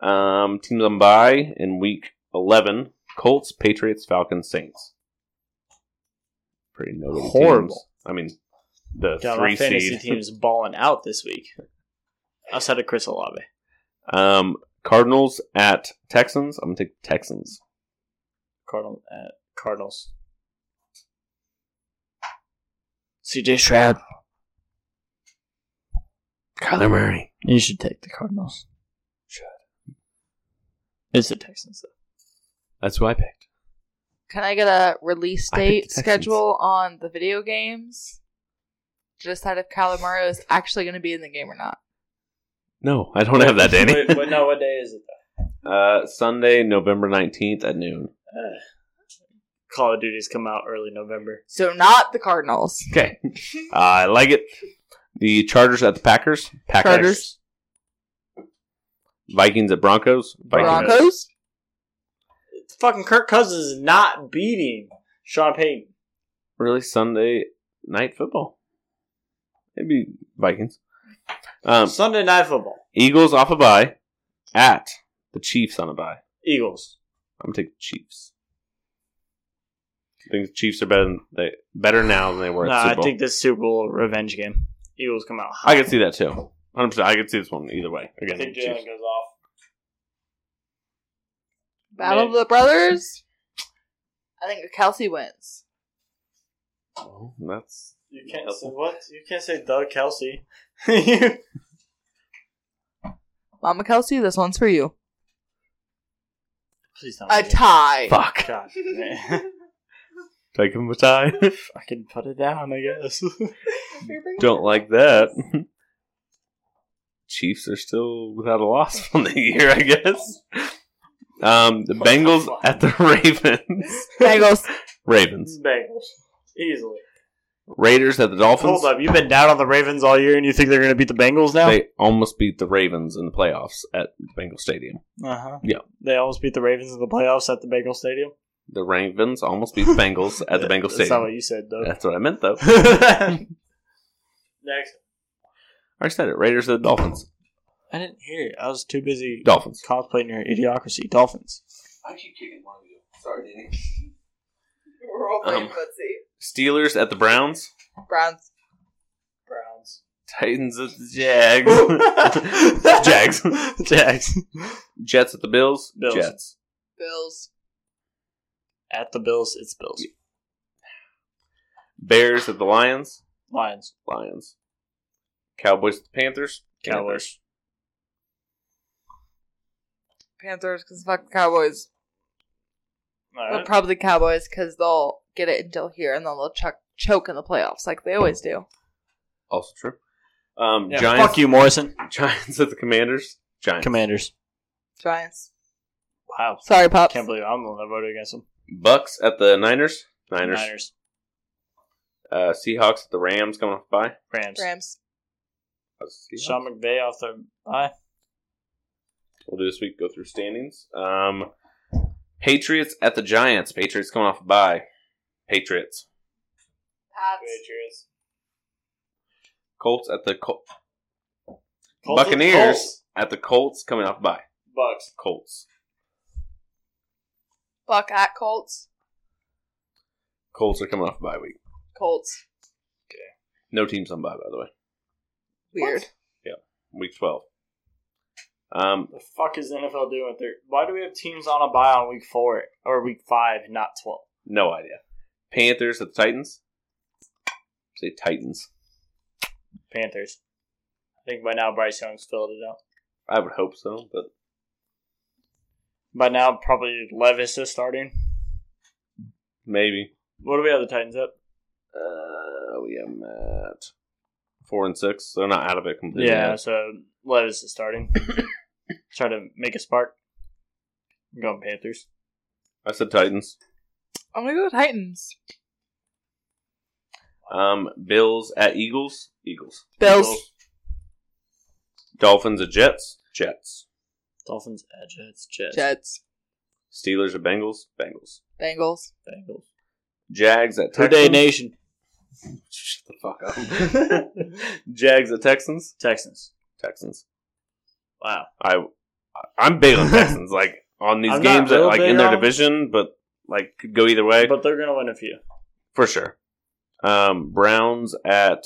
S1: Ba-ba-ba-ba. Um, teams on bye in week eleven: Colts, Patriots, Falcons, Saints. Pretty notable.
S5: Horrible.
S1: teams. I mean, the
S5: God,
S1: three
S5: my fantasy
S1: seed.
S5: team's balling out this week. Outside of Chris Olave.
S1: <laughs> Um, Cardinals at Texans. I'm gonna take Texans.
S5: Cardinal at Cardinals.
S2: CJ Stroud.
S1: Kyler Murray.
S2: You should take the Cardinals.
S1: Should.
S2: It's the Texans, though.
S1: That's who I picked.
S3: Can I get a release
S1: I picked the
S3: date
S1: Texans.
S3: schedule on the video games to decide if Calamaro is actually going to be in the game or not?
S1: No, I don't have that, Danny.
S5: <laughs> Wait, wait, no, what day is it?
S1: Uh, Sunday, November nineteenth at noon.
S5: Call of Duty's come out early November.
S3: So not the Cardinals.
S1: Okay. Uh, I like it. The Chargers at the Packers. Packers.
S3: Chargers.
S1: Vikings at Broncos. Vikings.
S3: Broncos.
S5: Fucking Kirk Cousins is not beating Sean Payton.
S1: Really Sunday night football. Maybe Vikings. Um,
S5: Sunday night football.
S1: Eagles off a bye at the Chiefs on a bye.
S5: Eagles.
S1: I'm gonna take the Chiefs. I think the Chiefs are better than they better now than they were at
S5: Nah, I
S1: Super Bowl. I,
S5: think this Super Bowl revenge game. Eagles come out.
S1: could see that too. 100%. I could see this one either way. Again, the Chiefs.
S5: goes off.
S3: Battle of the Brothers. I think Kelsey wins.
S1: Well, that's
S5: You <laughs> can't say what? You can't say Doug Kelsey. you
S3: Mama Kelsey, this one's for you.
S5: Please don't.
S3: A tie.
S1: Fuck.
S5: <laughs> God. man.
S1: Take him a <laughs> tie.
S5: I can put it down, I guess.
S1: Don't like that. Chiefs are still without a loss <laughs> from the year, I guess. Um, the Bengals at the <laughs> Ravens.
S3: <laughs> Bengals.
S1: Ravens.
S5: <laughs> Bengals. Easily.
S1: Raiders at the Dolphins.
S5: Hold up. You've been down on the Ravens all year and you think they're going to beat the Bengals now?
S1: They almost beat the Ravens in the playoffs at Bengal Stadium.
S5: uh huh.
S1: Yeah.
S5: They almost beat the Ravens in the playoffs at the Bengals Stadium?
S1: The Ravens almost beat the Bengals
S5: <laughs>
S1: at the Bengal
S5: That's not
S1: Stadium.
S5: what you said,
S1: <laughs>
S5: though.
S1: That's what I meant, though. I
S5: Next.
S1: already said it. Raiders at the Dolphins.
S5: I didn't hear it. I was too busy
S1: Dolphins.
S5: contemplating your idiocracy. Dolphins.
S4: I keep kicking one of you. Sorry, Danny. We're all
S1: Um, Steelers at the Browns.
S3: Browns.
S5: Browns.
S1: Titans at the
S5: <laughs>
S1: Jags. <laughs> Jags.
S5: Jags.
S1: Jets at the Bills.
S5: Bills.
S1: Jets.
S3: Bills.
S5: At the Bills, it's Bills.
S1: Bears at the Lions.
S5: Lions.
S1: Lions. Cowboys at the Panthers.
S5: Cowboys.
S3: Panthers, because fuck the Cowboys.
S5: All
S3: Well,
S5: right.
S3: probably the Cowboys, because they'll get it until here, and then they'll chuck, choke in the playoffs like they always do.
S1: Also true. Um,
S5: Yeah,
S1: Giants.
S5: Fuck you, Morrison.
S1: Giants at the Commanders. Giants.
S5: Commanders.
S3: Giants.
S5: Wow.
S3: Sorry, Pops.
S5: Can't believe I'm the one that voted against them.
S1: Bucks at the Niners. Niners.
S5: Niners.
S1: Uh, Seahawks at the Rams coming off by.
S5: Rams.
S3: Rams.
S5: Sean McVay off the bye.
S1: We'll do this week. Go through standings. Um, Patriots at the Giants. Patriots coming off a bye. Patriots.
S3: Pats.
S5: Patriots.
S1: Colts at the Col-
S5: Colts.
S1: Buccaneers
S5: Colts.
S1: at the Colts coming off a bye.
S5: Bucks.
S1: Colts.
S3: Buck at Colts.
S1: Colts are coming off a bye week.
S3: Colts.
S1: No teams on bye, by the way.
S3: Weird.
S1: Week twelve. Um,
S5: The fuck is the NFL doing with their? Why do we have teams on a bye on week four or week five, and not twelve?
S1: no idea. Panthers at the Titans. Say Titans.
S5: Panthers. I think by now Bryce Young's filled it out.
S1: I would hope so, but
S5: By now, probably Levis is starting.
S1: maybe.
S5: What do we have the Titans up?
S1: Uh, we have at four and six. So they're not out of it completely.
S5: Yeah,
S1: yet.
S5: so Levis is starting. <coughs> Try to make a spark. I'm going Panthers.
S1: I said Titans.
S3: I'm gonna go Titans.
S1: Um, Bills at Eagles. Eagles.
S3: Bills.
S5: Eagles.
S1: Dolphins at Jets. Jets.
S5: Dolphins at Jets. Jets.
S3: Jets.
S1: Steelers at Bengals. Bengals.
S3: Bengals.
S5: Bengals.
S1: Jags at Texans.
S5: Today Nation.
S1: Shut the fuck up. <laughs> Jags at Texans.
S5: Texans.
S1: Texans.
S5: Wow.
S1: I I'm big
S5: <laughs>
S1: on Texans. like on these
S5: I'm not
S1: games, that,
S5: real
S1: like
S5: big
S1: in their
S5: on-
S1: division, but like could go either way
S5: But they're going to win a few.
S1: for sure. Um, Browns at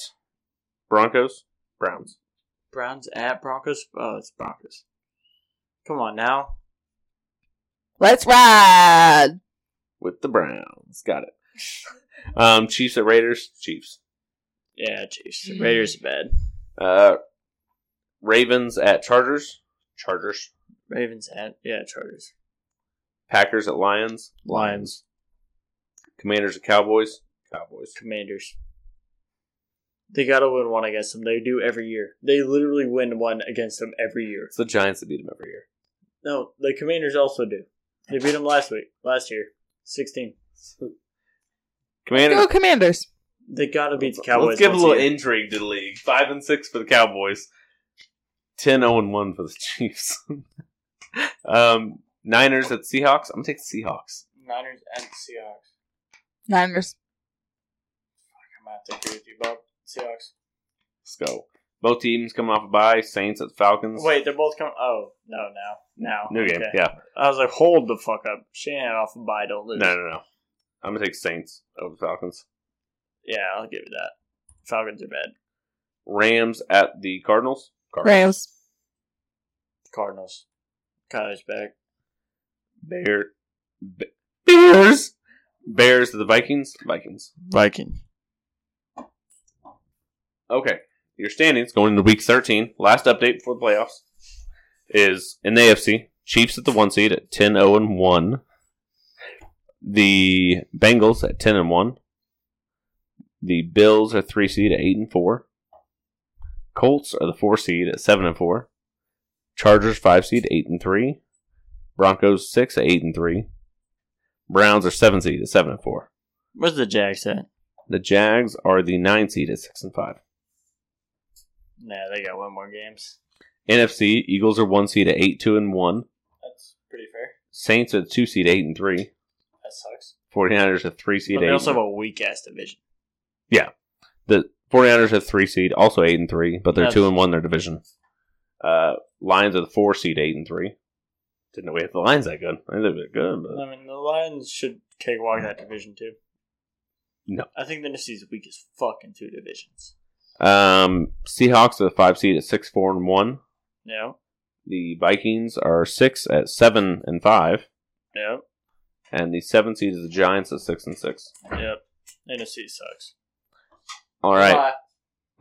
S1: Broncos. Browns.
S5: Browns at Broncos. Oh, it's Broncos. Come on now.
S3: Let's ride.
S1: with the Browns.
S5: <laughs>
S1: Got it. Um, Chiefs at Raiders. Chiefs.
S5: Yeah, Chiefs. Raiders are bad.
S1: Uh, Ravens at Chargers. Chargers.
S5: Ravens at yeah Chargers.
S1: Packers at Lions.
S5: Lions.
S1: Commanders at Cowboys. Cowboys.
S5: Commanders. They gotta win one against them. They do every year. They literally win one against them every year.
S1: It's the Giants that beat them every year.
S5: No, the Commanders also do. They beat them last week, last year, sixteen.
S1: Commanders.
S3: Go Commanders.
S5: They gotta beat the Cowboys.
S1: Let's give a
S5: once
S1: little
S5: year.
S1: intrigue to the league. Five and six for the Cowboys. 10 0 and 1 for the <laughs> Chiefs. um, Niners at Seahawks. I'm going to take the Seahawks.
S5: Niners and Seahawks.
S3: Niners.
S5: I might have to agree with you, Bob. Seahawks.
S1: Let's go. Both teams coming off a bye. Saints at Falcons.
S5: Wait, they're both coming. Oh no, now, now.
S1: New game.
S5: Okay.
S1: Yeah.
S5: I was like, hold the fuck up. Shanahan off a bye. Don't lose.
S1: No, no, no. I'm gonna take Saints over Falcons.
S5: Yeah, I'll give you that. Falcons are bad.
S1: Rams at the Cardinals. Cardinals.
S3: Rams.
S5: Cardinals. Kyler's back.
S1: Bear. Be- Bears. Bears to the Vikings. Vikings.
S5: Viking.
S1: Okay. Your standings going into Week 13. Last update before the playoffs is in the AFC Chiefs at the one seed at 10 0 and 1. The Bengals at 10 and 1. The Bills are 3 seed at 8 and 4. Colts are the 4 seed at 7 and 4. Chargers 5 seed 8 and 3. Broncos 6 at 8 and 3. Browns are 7 seed at 7 and 4.
S2: Where's the Jags at?
S1: The Jags are the 9 seed at 6 and 5.
S5: Nah, they got one more games.
S1: NFC Eagles are 1 seed at 8 2 and 1.
S5: That's pretty fair.
S1: Saints are 2 seed 8 and 3.
S5: That sucks.
S1: 49ers are 3 seed
S5: But they
S1: 8.
S5: also have a weak ass division.
S1: the 49ers are 3 seed, also 8 and 3, but they're
S5: Yes.
S1: 2 and 1 in their division. Uh, Lions are the 4 seed 8 and 3. Didn't know we had the Lions that good. I think they're good. But
S5: I mean, the Lions should cakewalk that division too.
S1: No.
S5: I think the NFC's weak as fuck in two divisions.
S1: Um, Seahawks are the five seed at six four and one.
S5: No,
S1: The Vikings are six at seven and five,
S5: no,
S1: and the seven seed is the Giants at six and six.
S5: yep. NFC sucks.
S1: All right.
S4: Uh,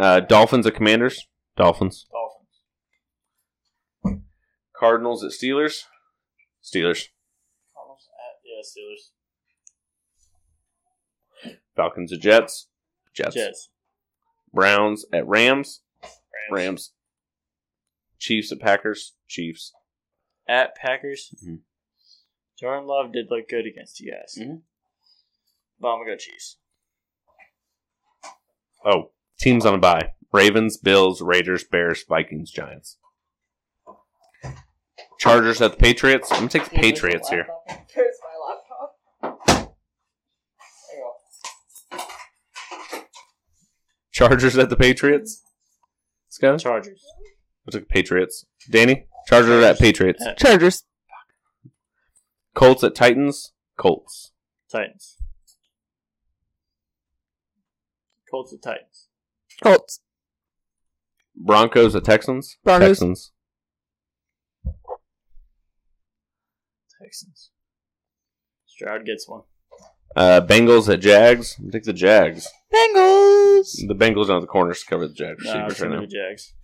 S1: Uh, Dolphins at Commanders. Dolphins.
S5: Dolphins.
S1: Cardinals at Steelers. Steelers.
S5: Cardinals at yeah Steelers.
S1: Falcons at Jets. Jets.
S5: Jets.
S1: Browns at Rams.
S5: Rams.
S1: Rams. Chiefs at Packers. Chiefs.
S5: At Packers.
S1: Mhm.
S5: Jordan Love did look good against you guys.
S1: Mhm.
S5: But I'm gonna go Chiefs.
S1: Oh, teams on a bye. Ravens, Bills, Raiders, Bears, Vikings, Giants. Chargers at the Patriots. I'm gonna take the
S4: Damn, there's my
S1: Patriots here.
S4: laptop. There's my laptop. There you go.
S1: Chargers at the Patriots. Scott,
S5: Chargers.
S1: I took Patriots. Danny, Chargers at Patriots.
S5: At
S3: Chargers.
S1: Colts at Titans. Colts.
S5: Titans. Colts at Titans.
S3: Colts.
S1: Broncos at Texans.
S3: Broncos.
S1: Texans.
S5: Texans. Stroud gets one.
S1: Uh, Bengals at Jags. I take the Jags.
S3: Bengals.
S1: The Bengals don't have the corners to cover the Jags.
S5: Nah,
S1: receivers
S5: it's
S1: right
S5: gonna
S1: now.
S5: be Jags.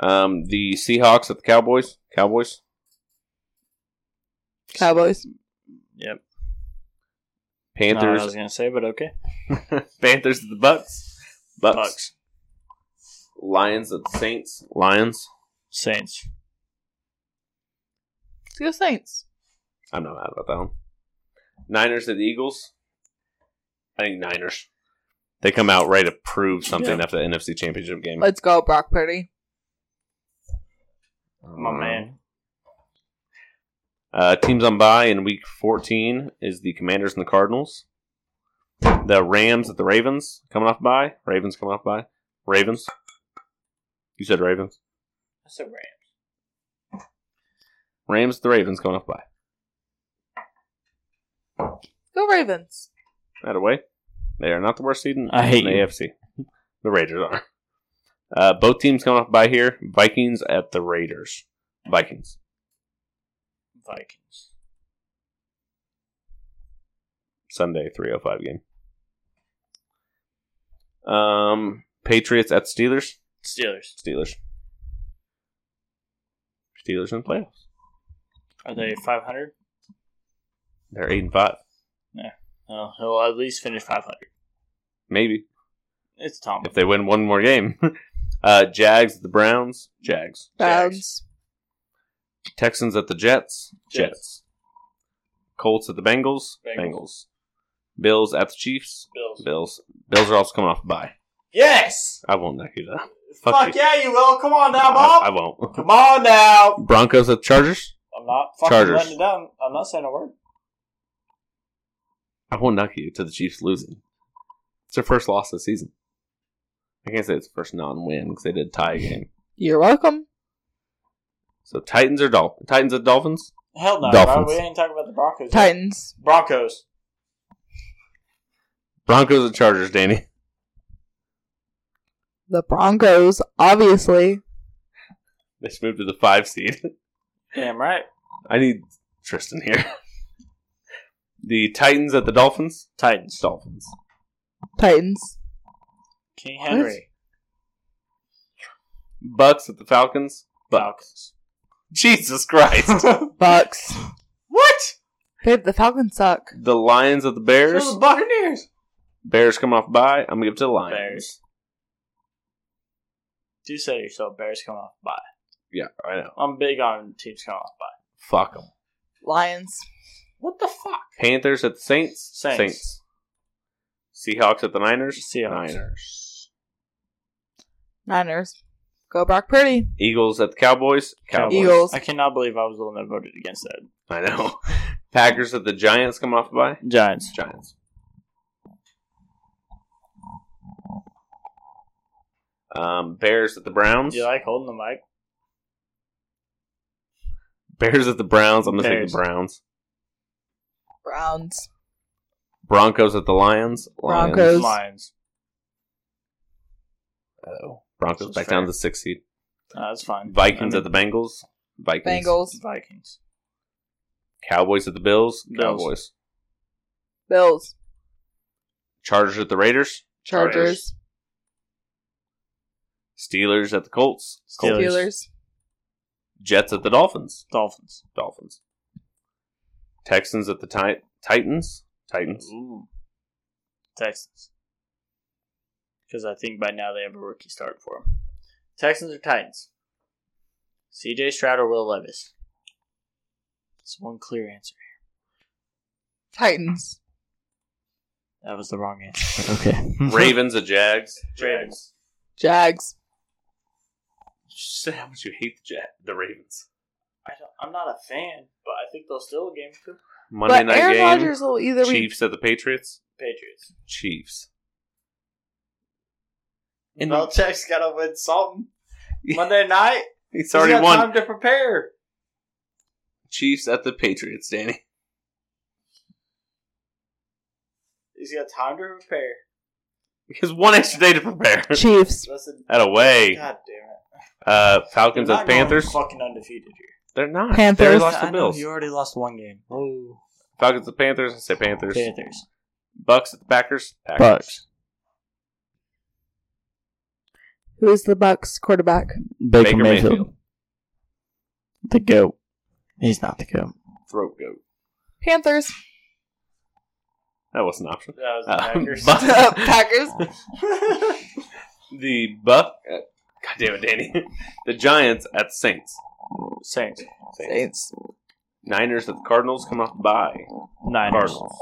S1: Um, the Seahawks at the Cowboys. Cowboys.
S3: Cowboys.
S5: Yep. Not what I
S1: Panthers.
S5: was gonna say, but okay.
S1: <laughs> Panthers at the Bucks. Bucks.
S5: Bucks.
S1: Lions at the Saints. Lions.
S5: Saints.
S3: Let's go Saints.
S1: I'm not mad about that one. Niners at the Eagles. I think Niners. They come out ready to prove something after the NFC Championship game.
S3: Let's go Brock Purdy.
S5: My Oh,
S1: Mm-hmm.
S5: man.
S1: Uh, teams on bye in Week 14 is the Commanders and the Cardinals. The Rams at the Ravens coming off bye. Ravens coming off bye. Ravens. You said Ravens.
S5: That's a Rams.
S1: Rams at the Ravens coming off bye.
S3: Go Ravens.
S1: That away. They are not the worst seed in,
S2: I hate
S1: in the
S2: you.
S1: AFC. The Raiders are. Uh, both teams coming off by here. Vikings at the Raiders. Vikings.
S5: Vikings.
S1: Sunday, 305 game. Um, Patriots at Steelers.
S5: Steelers.
S1: Steelers. Steelers in the playoffs.
S5: Are they 500?
S1: They're 8 and 5.
S5: Oh, he'll at least finish 500.
S1: Maybe.
S5: It's Tom.
S1: If they win one more game. <laughs> uh, Jags at the Browns. Jags.
S3: Browns.
S1: Texans at the Jets.
S5: Jets.
S1: Colts at the Bengals.
S5: Bengals.
S1: Bengals. Bills at the Chiefs.
S5: Bills.
S1: Bills. Bills are also coming off a bye.
S4: Yes!
S1: I won't knock you down.
S4: Fuck,
S1: Fuck you.
S4: yeah, you will. Come on now, Bob.
S1: I, I won't.
S4: Come on now.
S1: Broncos at the Chargers.
S5: I'm not fucking
S1: Chargers.
S5: letting it down. I'm not saying a word.
S1: I won't knock you to the Chiefs losing. It's their first loss this season. I can't say it's the first non-win because they did tie a game.
S3: You're welcome.
S1: So Titans or Dolphins? Titans at Dolphins?
S5: Hell no, bro.
S1: Dolphins.
S5: We ain't talking about the Broncos. yet.
S3: Titans.
S5: Broncos.
S1: Broncos at Chargers, Danny. <laughs>
S3: The Broncos, obviously.
S1: They moved to the five seed. <laughs>
S5: Damn right.
S1: I need Tristan here. <laughs> The Titans at the Dolphins?
S5: Titans.
S1: Dolphins.
S3: Titans.
S5: King Henry.
S1: Bucks at the Falcons. Bucks.
S5: Falcons.
S1: Jesus Christ. <laughs>
S3: Bucks.
S4: What?
S3: Babe, the Falcons suck.
S1: the Lions of the
S4: They're
S1: Bears.
S4: the Buccaneers.
S1: Bears come off by. I'm gonna give it to the Lions.
S5: Bears. You said it yourself, Bears come off by.
S1: Yeah, I know.
S5: I'm big on teams come off by.
S1: Fuck them.
S3: Lions.
S4: What the fuck?
S1: Panthers at the Saints.
S5: Saints.
S1: Seahawks at the Niners.
S5: Seahawks.
S1: Niners.
S3: Niners. Go Brock Purdy.
S1: Eagles at the Cowboys. Cowboys.
S3: Eagles.
S5: I cannot believe I was the one that voted against that.
S1: I know. <laughs> Packers at the Giants come off by.
S5: Giants.
S1: Giants. Um, Bears at the Browns.
S5: Do you like holding the mic?
S1: Bears at the Browns. I'm gonna take
S5: Bears.
S1: the Browns.
S3: Browns.
S1: Broncos at the Lions. Lions.
S3: Broncos.
S5: Lions. Oh.
S1: Uh-oh. Broncos
S5: This is
S1: back
S5: fair.
S1: down to the sixth seed.
S5: No, that's fine.
S1: Vikings
S5: I
S1: at the Bengals. Vikings.
S3: Bengals.
S5: Vikings.
S1: Cowboys at the Bills.
S5: Bills.
S1: Cowboys.
S3: Bills.
S1: Chargers at the Raiders.
S3: Chargers.
S1: Steelers at the Colts. Colts.
S5: Steelers.
S3: Steelers.
S1: Jets at the Dolphins.
S5: Dolphins.
S1: Dolphins. Texans at the ti- Titans.
S5: <laughs>
S1: Titans.
S5: Ooh. Texans. Because I think by now they have a rookie start for them. Texans or Titans? CJ Stroud or Will Levis? That's one clear answer.
S3: Titans.
S5: That was the wrong answer. Okay.
S1: Ravens at Jags.
S5: Ravens.
S3: Jags.
S1: Just say how much you hate the Jag- the Ravens.
S5: I don't, I'm not a fan, but I think they'll steal a game for
S1: Monday
S3: but
S1: night
S3: Aaron
S1: game.
S3: Rodgers will either be
S1: Chiefs at the Patriots.
S5: Patriots.
S1: Chiefs.
S5: And <laughs>
S1: And-
S5: Belichick's got to win
S1: <laughs>
S5: something. Monday night,
S1: It's
S5: he's
S1: already
S5: got
S1: won.
S5: time to prepare.
S1: Chiefs at the Patriots, Danny. <laughs>
S5: He's got time to prepare.
S1: Because one extra day to prepare. <laughs>
S3: Chiefs.
S5: Listen,
S1: At away.
S5: God damn
S1: Uh,
S5: it. You're
S1: Falcons
S5: not
S1: at
S5: going
S1: Panthers.
S5: fucking undefeated here.
S1: They're not.
S3: Panthers.
S1: They lost to
S5: I
S1: the
S5: know,
S1: Bills.
S5: You already lost one game. Oh.
S1: Falcons at Panthers. I say Panthers.
S5: Panthers.
S1: Bucks at the Packers. Packers.
S2: Bucks.
S3: Who is the Bucks quarterback?
S2: Baker,
S1: Baker
S2: Mayfield.
S1: Mayfield.
S2: The goat. He's not the goat.
S1: Throat goat.
S3: Panthers. <laughs>
S1: That was an option.
S5: That was the
S1: Uh,
S5: <laughs> Packers.
S1: Bucks.
S3: Packers.
S1: <laughs> the Buck. uh, God damn it, Danny. <laughs> the Giants at the Saints.
S5: Saints.
S3: Saints.
S1: Niners at the Cardinals. Come off by
S5: Niners.
S1: Cardinals.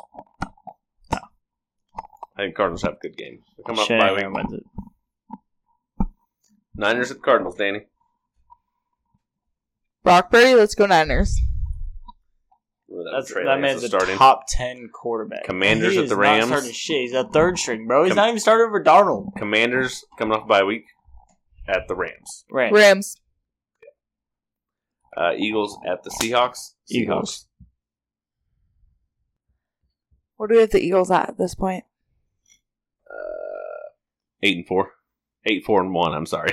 S1: I think Cardinals have a good game. They Come off by
S5: Shanahan
S1: week.
S5: wins it.
S1: Niners at the Cardinals, Danny.
S3: Brock Purdy. Let's go Niners.
S1: Remember
S5: That's,
S1: Trey
S5: that
S1: Lance
S5: man's
S1: is
S5: a top 10 quarterback.
S1: Commanders
S5: He
S1: at
S5: is
S1: the
S5: not
S1: Rams.
S5: starting shit. He's a third string, bro. He's
S1: Com-
S5: not even starting over Darnold.
S1: Commanders coming off by week at the Rams.
S5: Rams.
S3: Rams.
S1: Uh, Eagles at the Seahawks. Seahawks.
S5: Eagles.
S3: What do we have the Eagles at at this point?
S1: Eight and four. Eight, four, and one. I'm sorry.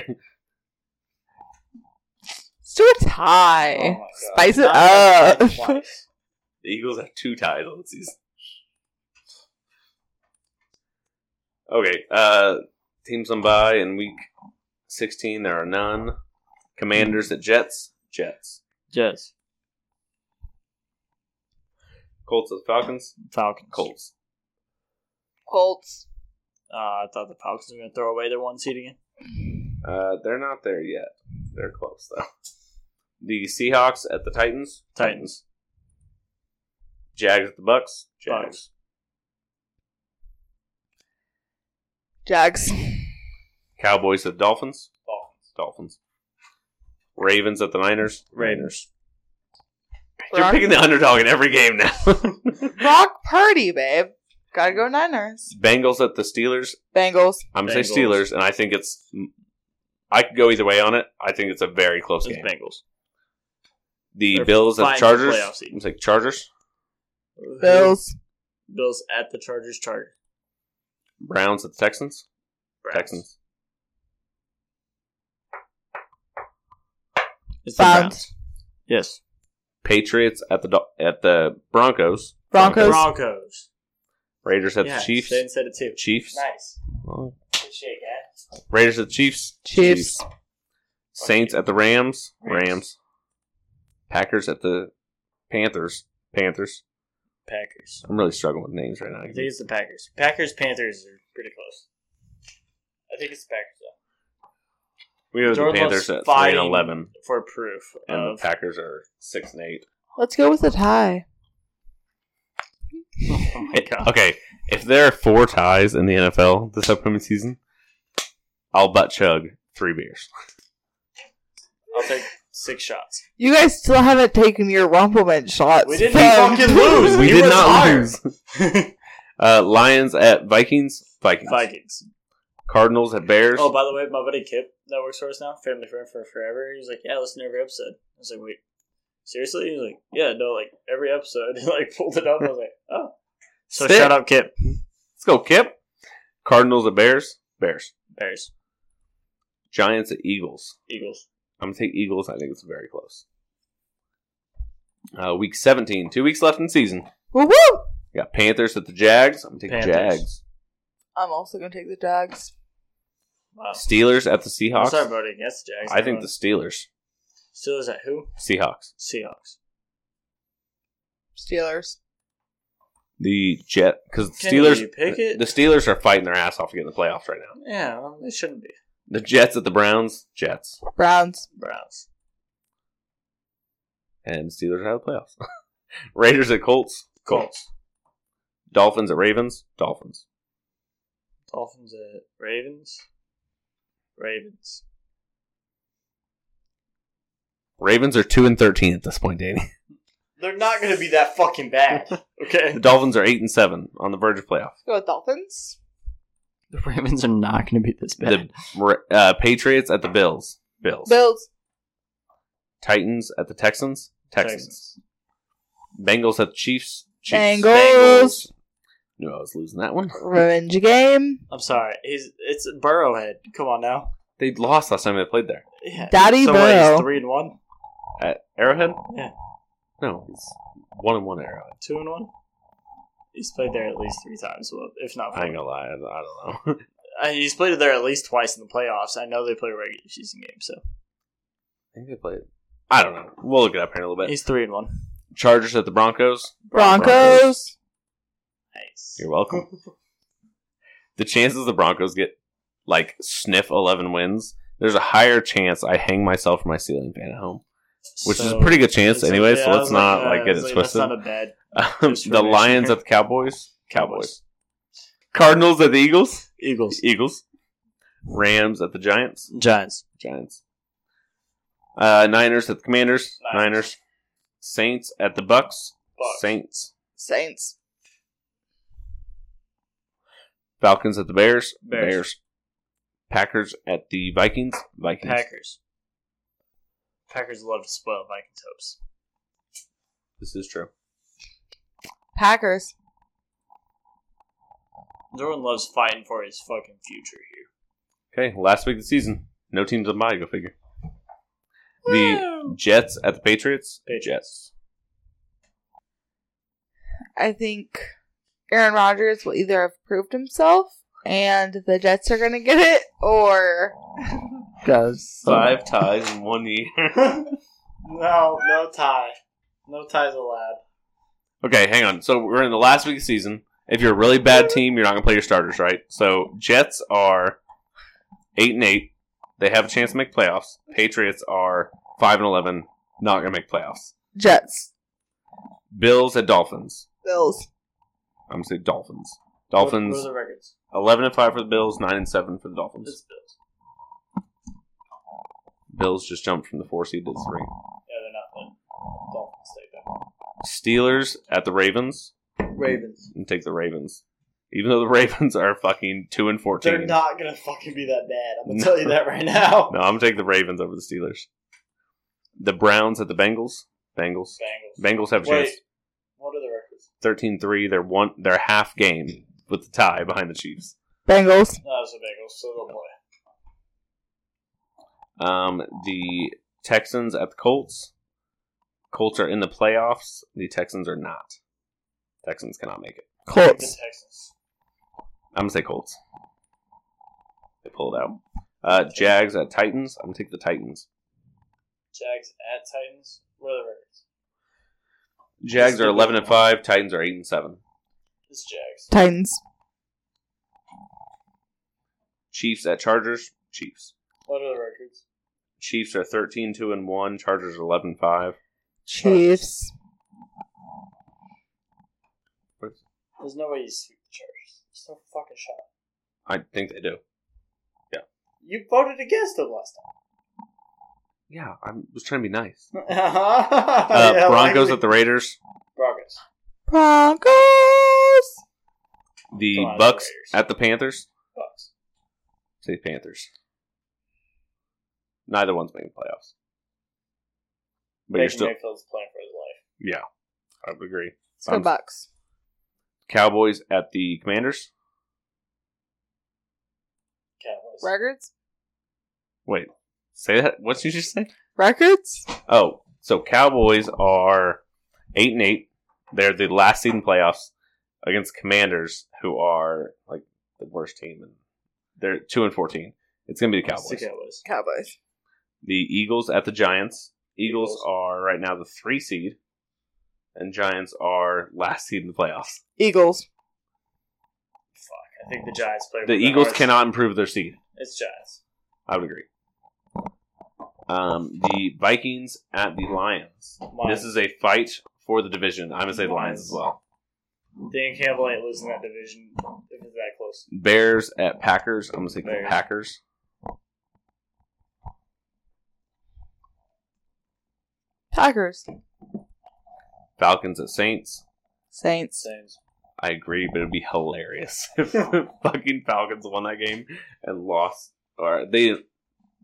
S3: Let's do a tie.
S5: Oh my God.
S3: Spice it
S5: Not
S3: up.
S5: even twice.
S1: The Eagles have two ties on the season. Okay. Uh, teams on by in week 16. There are none. Commanders at Jets. Jets.
S5: <laughs> Jets.
S1: Colts at the Falcons.
S5: Falcons.
S1: Colts.
S3: Colts.
S5: Uh, I thought the Falcons were going to throw away their one seed again.
S1: Uh, they're not there yet. They're close though. The Seahawks at the Titans.
S5: Titans.
S1: Jags at the Bucks. Jags.
S5: Bucks.
S3: Jags.
S1: Cowboys at Dolphins. Dolphins. Ravens at the Niners.
S5: Raiders.
S1: You're
S3: Brock,
S1: picking the underdog in every game now. <laughs>
S3: Brock Purdy, babe. Gotta go Niners.
S1: Bengals at the Steelers.
S3: Bengals.
S1: I'm gonna say
S5: Bengals.
S1: Steelers, and I think it's. I could go either way on it. I think it's a very close
S5: It's
S1: game.
S5: Bengals.
S1: The
S5: They're
S1: Bills at the
S5: fighting for
S1: Chargers.
S5: playoff seed.
S1: I'm gonna say Chargers.
S3: Bills.
S5: Bills at the Chargers. Chargers.
S1: Browns at the Texans.
S5: Browns.
S1: Texans.
S5: It's the
S3: Browns.
S5: Browns. Yes.
S1: Patriots at the Do- at the Broncos.
S3: Broncos.
S5: Broncos.
S1: Raiders at the Chiefs.
S5: Shane said it too.
S1: Chiefs.
S5: Nice.
S1: Oh.
S5: Good shit, guys.
S1: Raiders at the Chiefs.
S3: Chiefs.
S1: Saints at the Rams.
S5: Rams.
S1: Rams. Packers at the Panthers. Panthers.
S5: Packers.
S1: I'm really struggling with names right now.
S5: I think it's the Packers. Packers Panthers are pretty close. I think it's the Packers though.
S1: We have the
S5: Jordan
S1: Panthers
S5: loves
S1: at three and
S5: fighting.
S1: eleven,
S5: For proof
S1: and
S5: of
S1: the Packers are six and eight.
S3: Let's go with a tie.
S5: Oh my god.
S1: Okay, if there are four ties in the NFL this upcoming season, I'll butt chug three beers.
S5: <laughs> I'll take six shots.
S3: You guys still haven't taken your rumplement shots.
S5: We didn't
S3: so-
S5: fucking lose.
S1: We
S5: He
S1: did
S5: was
S1: not
S5: hard. <laughs>
S1: lose. uh, Lions at Vikings. Vikings.
S5: Vikings.
S1: Cardinals at Bears.
S5: Oh, by the way, my buddy Kip that works for us now, family friend for forever, he was like, Yeah, listen to every episode. I was like, Wait, seriously? He was like, Yeah, no, like every episode. <laughs> He like pulled it up. I was like, Oh. So
S1: Sick.
S5: shut up, Kip.
S1: Let's go, Kip. Cardinals at Bears. Bears.
S5: Bears.
S1: Giants at Eagles.
S5: Eagles.
S1: I'm gonna take Eagles. I think it's very close. Uh, week 17. Two weeks left in the season.
S3: Woo woo!
S1: We got Panthers at the Jags. I'm gonna take
S5: Panthers.
S1: Jags.
S3: I'm also gonna take the Jags.
S5: Wow.
S1: Steelers at the
S5: I'm
S1: Seahawks.
S5: sorry voting against the Jags.
S1: I think the Steelers.
S5: Steelers at who?
S1: Seahawks.
S5: Seahawks.
S3: Steelers.
S1: The Jet because the
S5: Can
S1: Steelers
S5: you pick it?
S1: the Steelers are fighting their ass off to get in the playoffs right now.
S5: Yeah, well, they shouldn't be.
S1: The Jets at the Browns. Jets.
S3: Browns.
S5: Browns.
S1: And Steelers are out of the playoffs. <laughs> Raiders at Colts.
S5: Colts.
S1: Dolphins at Ravens. Dolphins.
S5: Dolphins at Ravens. Ravens.
S1: Ravens are two and thirteen at this point, Danny. <laughs>
S5: They're not going to be that fucking bad. Okay.
S1: The Dolphins are eight and seven on the verge of playoff.
S3: Go with Dolphins.
S2: The Ravens are not going to be this bad.
S1: The Ra- uh, Patriots at the Bills. Bills.
S3: Bills.
S1: Titans at the Texans. Texans. Bengals at the Chiefs. Chiefs.
S3: Bengals.
S1: Bengals. Knew I was losing that one.
S3: Revenge game.
S5: <laughs> I'm sorry. He's it's Burrowhead. Come on now.
S1: They lost last time they played there.
S5: Yeah.
S3: Daddy
S5: so what, he's
S3: Burrow.
S5: three and one,
S1: At Arrowhead?
S5: Yeah.
S1: No, it's one and one Arrowhead.
S5: two and one. He's played there at least three times. Well, if not,
S1: I
S5: four.
S1: ain't gonna lie, I, I don't know. <laughs>
S5: Uh, he's played there at least twice in the playoffs. I know they play a regular season game, so
S1: I think they played. I don't know. We'll look it up here in a little bit.
S5: he's three and one.
S1: Chargers at the Broncos.
S3: Broncos.
S5: Nice.
S1: You're
S5: <laughs>
S1: welcome. the chances the Broncos get like sniff eleven wins, there's a higher chance I hang myself from my ceiling fan at home, which is a
S5: So-
S1: pretty good chance
S5: it's-
S1: anyway.
S5: yeah,
S1: so
S5: I
S1: let's
S5: was
S1: not
S5: uh,
S1: like
S5: I
S1: get
S5: was
S1: it
S5: like,
S1: twisted.
S5: That's not a bad
S1: Um, <laughs> the
S5: discrimination
S1: Lions
S5: here.
S1: at the Cowboys.
S5: Cowboys.
S1: Cowboys. Cardinals at the Eagles.
S5: Eagles.
S1: Eagles. Rams at the Giants.
S5: Giants.
S1: Giants. Uh, Niners at the Commanders.
S5: Niners.
S1: Niners. Saints at the Bucks.
S5: Bucks.
S1: Saints.
S3: Saints.
S1: Falcons at the Bears.
S5: Bears.
S1: Bears. Packers at the Vikings. Vikings.
S5: Packers. Packers love to spoil Vikings hopes.
S1: This is true.
S3: Packers.
S5: Jordan loves fighting for his fucking future here.
S1: Okay, last week of the season. No teams on bye. Go figure. The Jets at the Patriots.
S5: Patriots.
S3: I think Aaron Rodgers will either have proved himself and the Jets are gonna get it, or <laughs>
S2: Guys,
S1: Five ties in one year.
S5: <laughs> no, no tie. No ties allowed.
S1: Okay, hang on. So we're in the last week of the season. If you're a really bad team, you're not gonna play your starters, right? So Jets are eight and eight. They have a chance to make playoffs. Patriots are five and eleven, not gonna make playoffs.
S3: Jets.
S1: Bills at Dolphins.
S3: Bills.
S1: I'm gonna say Dolphins.
S5: What, what
S1: Dolphins
S5: are the records?
S1: eleven and five for the Bills, nine and seven for the
S5: It's
S1: Dolphins.
S5: Bills.
S1: Bills just jumped from the four seed to the three.
S5: Yeah, they're not playing. Dolphins take that.
S1: Steelers at the Ravens
S5: Ravens.
S1: and take the Ravens. Even though the <laughs> Ravens are fucking two and fourteen.
S5: They're not gonna fucking be that bad. I'm gonna
S1: No.
S5: tell you that right now.
S1: <laughs> No, I'm gonna take the Ravens over the Steelers. The Browns at the Bengals. Bengals.
S5: Bengals.
S1: Bengals have a
S5: Wait.
S1: chance.
S5: What are the records?
S1: 13-3. They're one. They're half game with the tie behind the Chiefs.
S3: Bengals.
S5: No, it's the Bengals, so they'll play.
S1: Um, the Texans at the Colts. Colts are in the playoffs. The Texans are not. Texans cannot make it.
S5: The
S3: Colts.
S5: Texans.
S1: I'm gonna say Colts. They pulled out. Uh, Jags at Titans. I'm gonna take the Titans.
S5: Jags at Titans. What are the records?
S1: Jags are eleven and five. Titans are eight and seven.
S5: It's Jags.
S3: Titans.
S1: Chiefs at Chargers. Chiefs.
S5: What are the records?
S1: Chiefs are 13 2 and 1. Chargers are 11 5.
S3: Chiefs.
S5: There's no way you sweep the Chargers. There's no fucking shot.
S1: I think they do.
S5: You voted against them last <laughs>
S1: Yeah, I was trying to be nice.
S5: time.
S1: Uh,
S5: Yeah,
S1: Broncos
S5: like-
S1: at the Raiders.
S5: Broncos.
S3: Broncos.
S1: The
S5: Come on,
S1: Bucks
S5: Raiders.
S1: at the Panthers.
S5: Bucks.
S1: Say Panthers. Neither one's making playoffs. But you're
S5: Baker
S1: still.
S5: Mayfield's playing for his life.
S1: Yeah, I would agree.
S3: Let's go
S1: Um,
S3: Bucks.
S1: Cowboys at the Commanders.
S5: Cowboys.
S3: Records.
S1: Wait, say that. What did you just say?
S3: Records.
S1: Oh, so Cowboys are eight and eight. They're the last seed in playoffs against Commanders, who are like the worst team, and they're two and fourteen. It's gonna be the
S5: It's
S1: Cowboys.
S5: The Cowboys.
S3: Cowboys.
S1: The Eagles at the Giants. Eagles,
S5: Eagles.
S1: are right now the three seed, and Giants are last seed in the playoffs.
S3: Eagles.
S5: I think the Giants play.
S1: The
S5: with
S1: Eagles
S5: hearts.
S1: cannot improve their seed.
S5: It's Giants.
S1: I would agree. Um, the Vikings at the Lions.
S5: Lions.
S1: This is a fight for the division. I'm gonna say the Lions as well.
S5: Dan Campbell ain't losing that division if it's that close.
S1: Bears at Packers. I'm gonna say
S5: Bears.
S1: Packers.
S3: Packers.
S1: Falcons at Saints.
S3: Saints.
S5: Same.
S1: I agree, but it'd be hilarious <laughs> if the fucking Falcons won that game and lost. Or they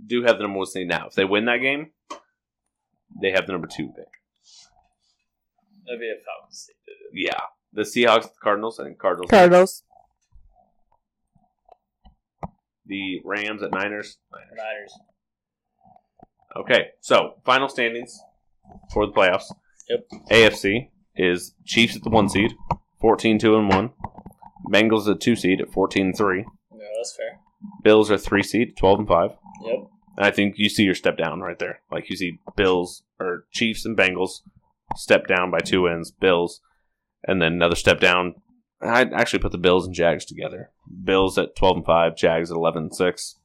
S1: do have the number one seed now. If they win that game, they have the number two pick.
S5: That'd be a Falcons. thing to do.
S1: Yeah, the Seahawks, the Cardinals, and Cardinals.
S3: Cardinals.
S1: The Rams at Niners. Niners.
S5: Niners.
S1: Okay, so final standings for the playoffs.
S5: Yep.
S1: AFC is Chiefs at the one seed, 14 2 and 1. Bengals at two seed at 14 3.
S5: No, that's fair.
S1: Bills are three seed, 12 and 5.
S5: Yep.
S1: And I think you see your step down right there. Like you see Bills or Chiefs and Bengals step down by two wins, Bills, and then another step down. I actually put the Bills and Jags together. Bills at 12 and 5, Jags at 11 and 6.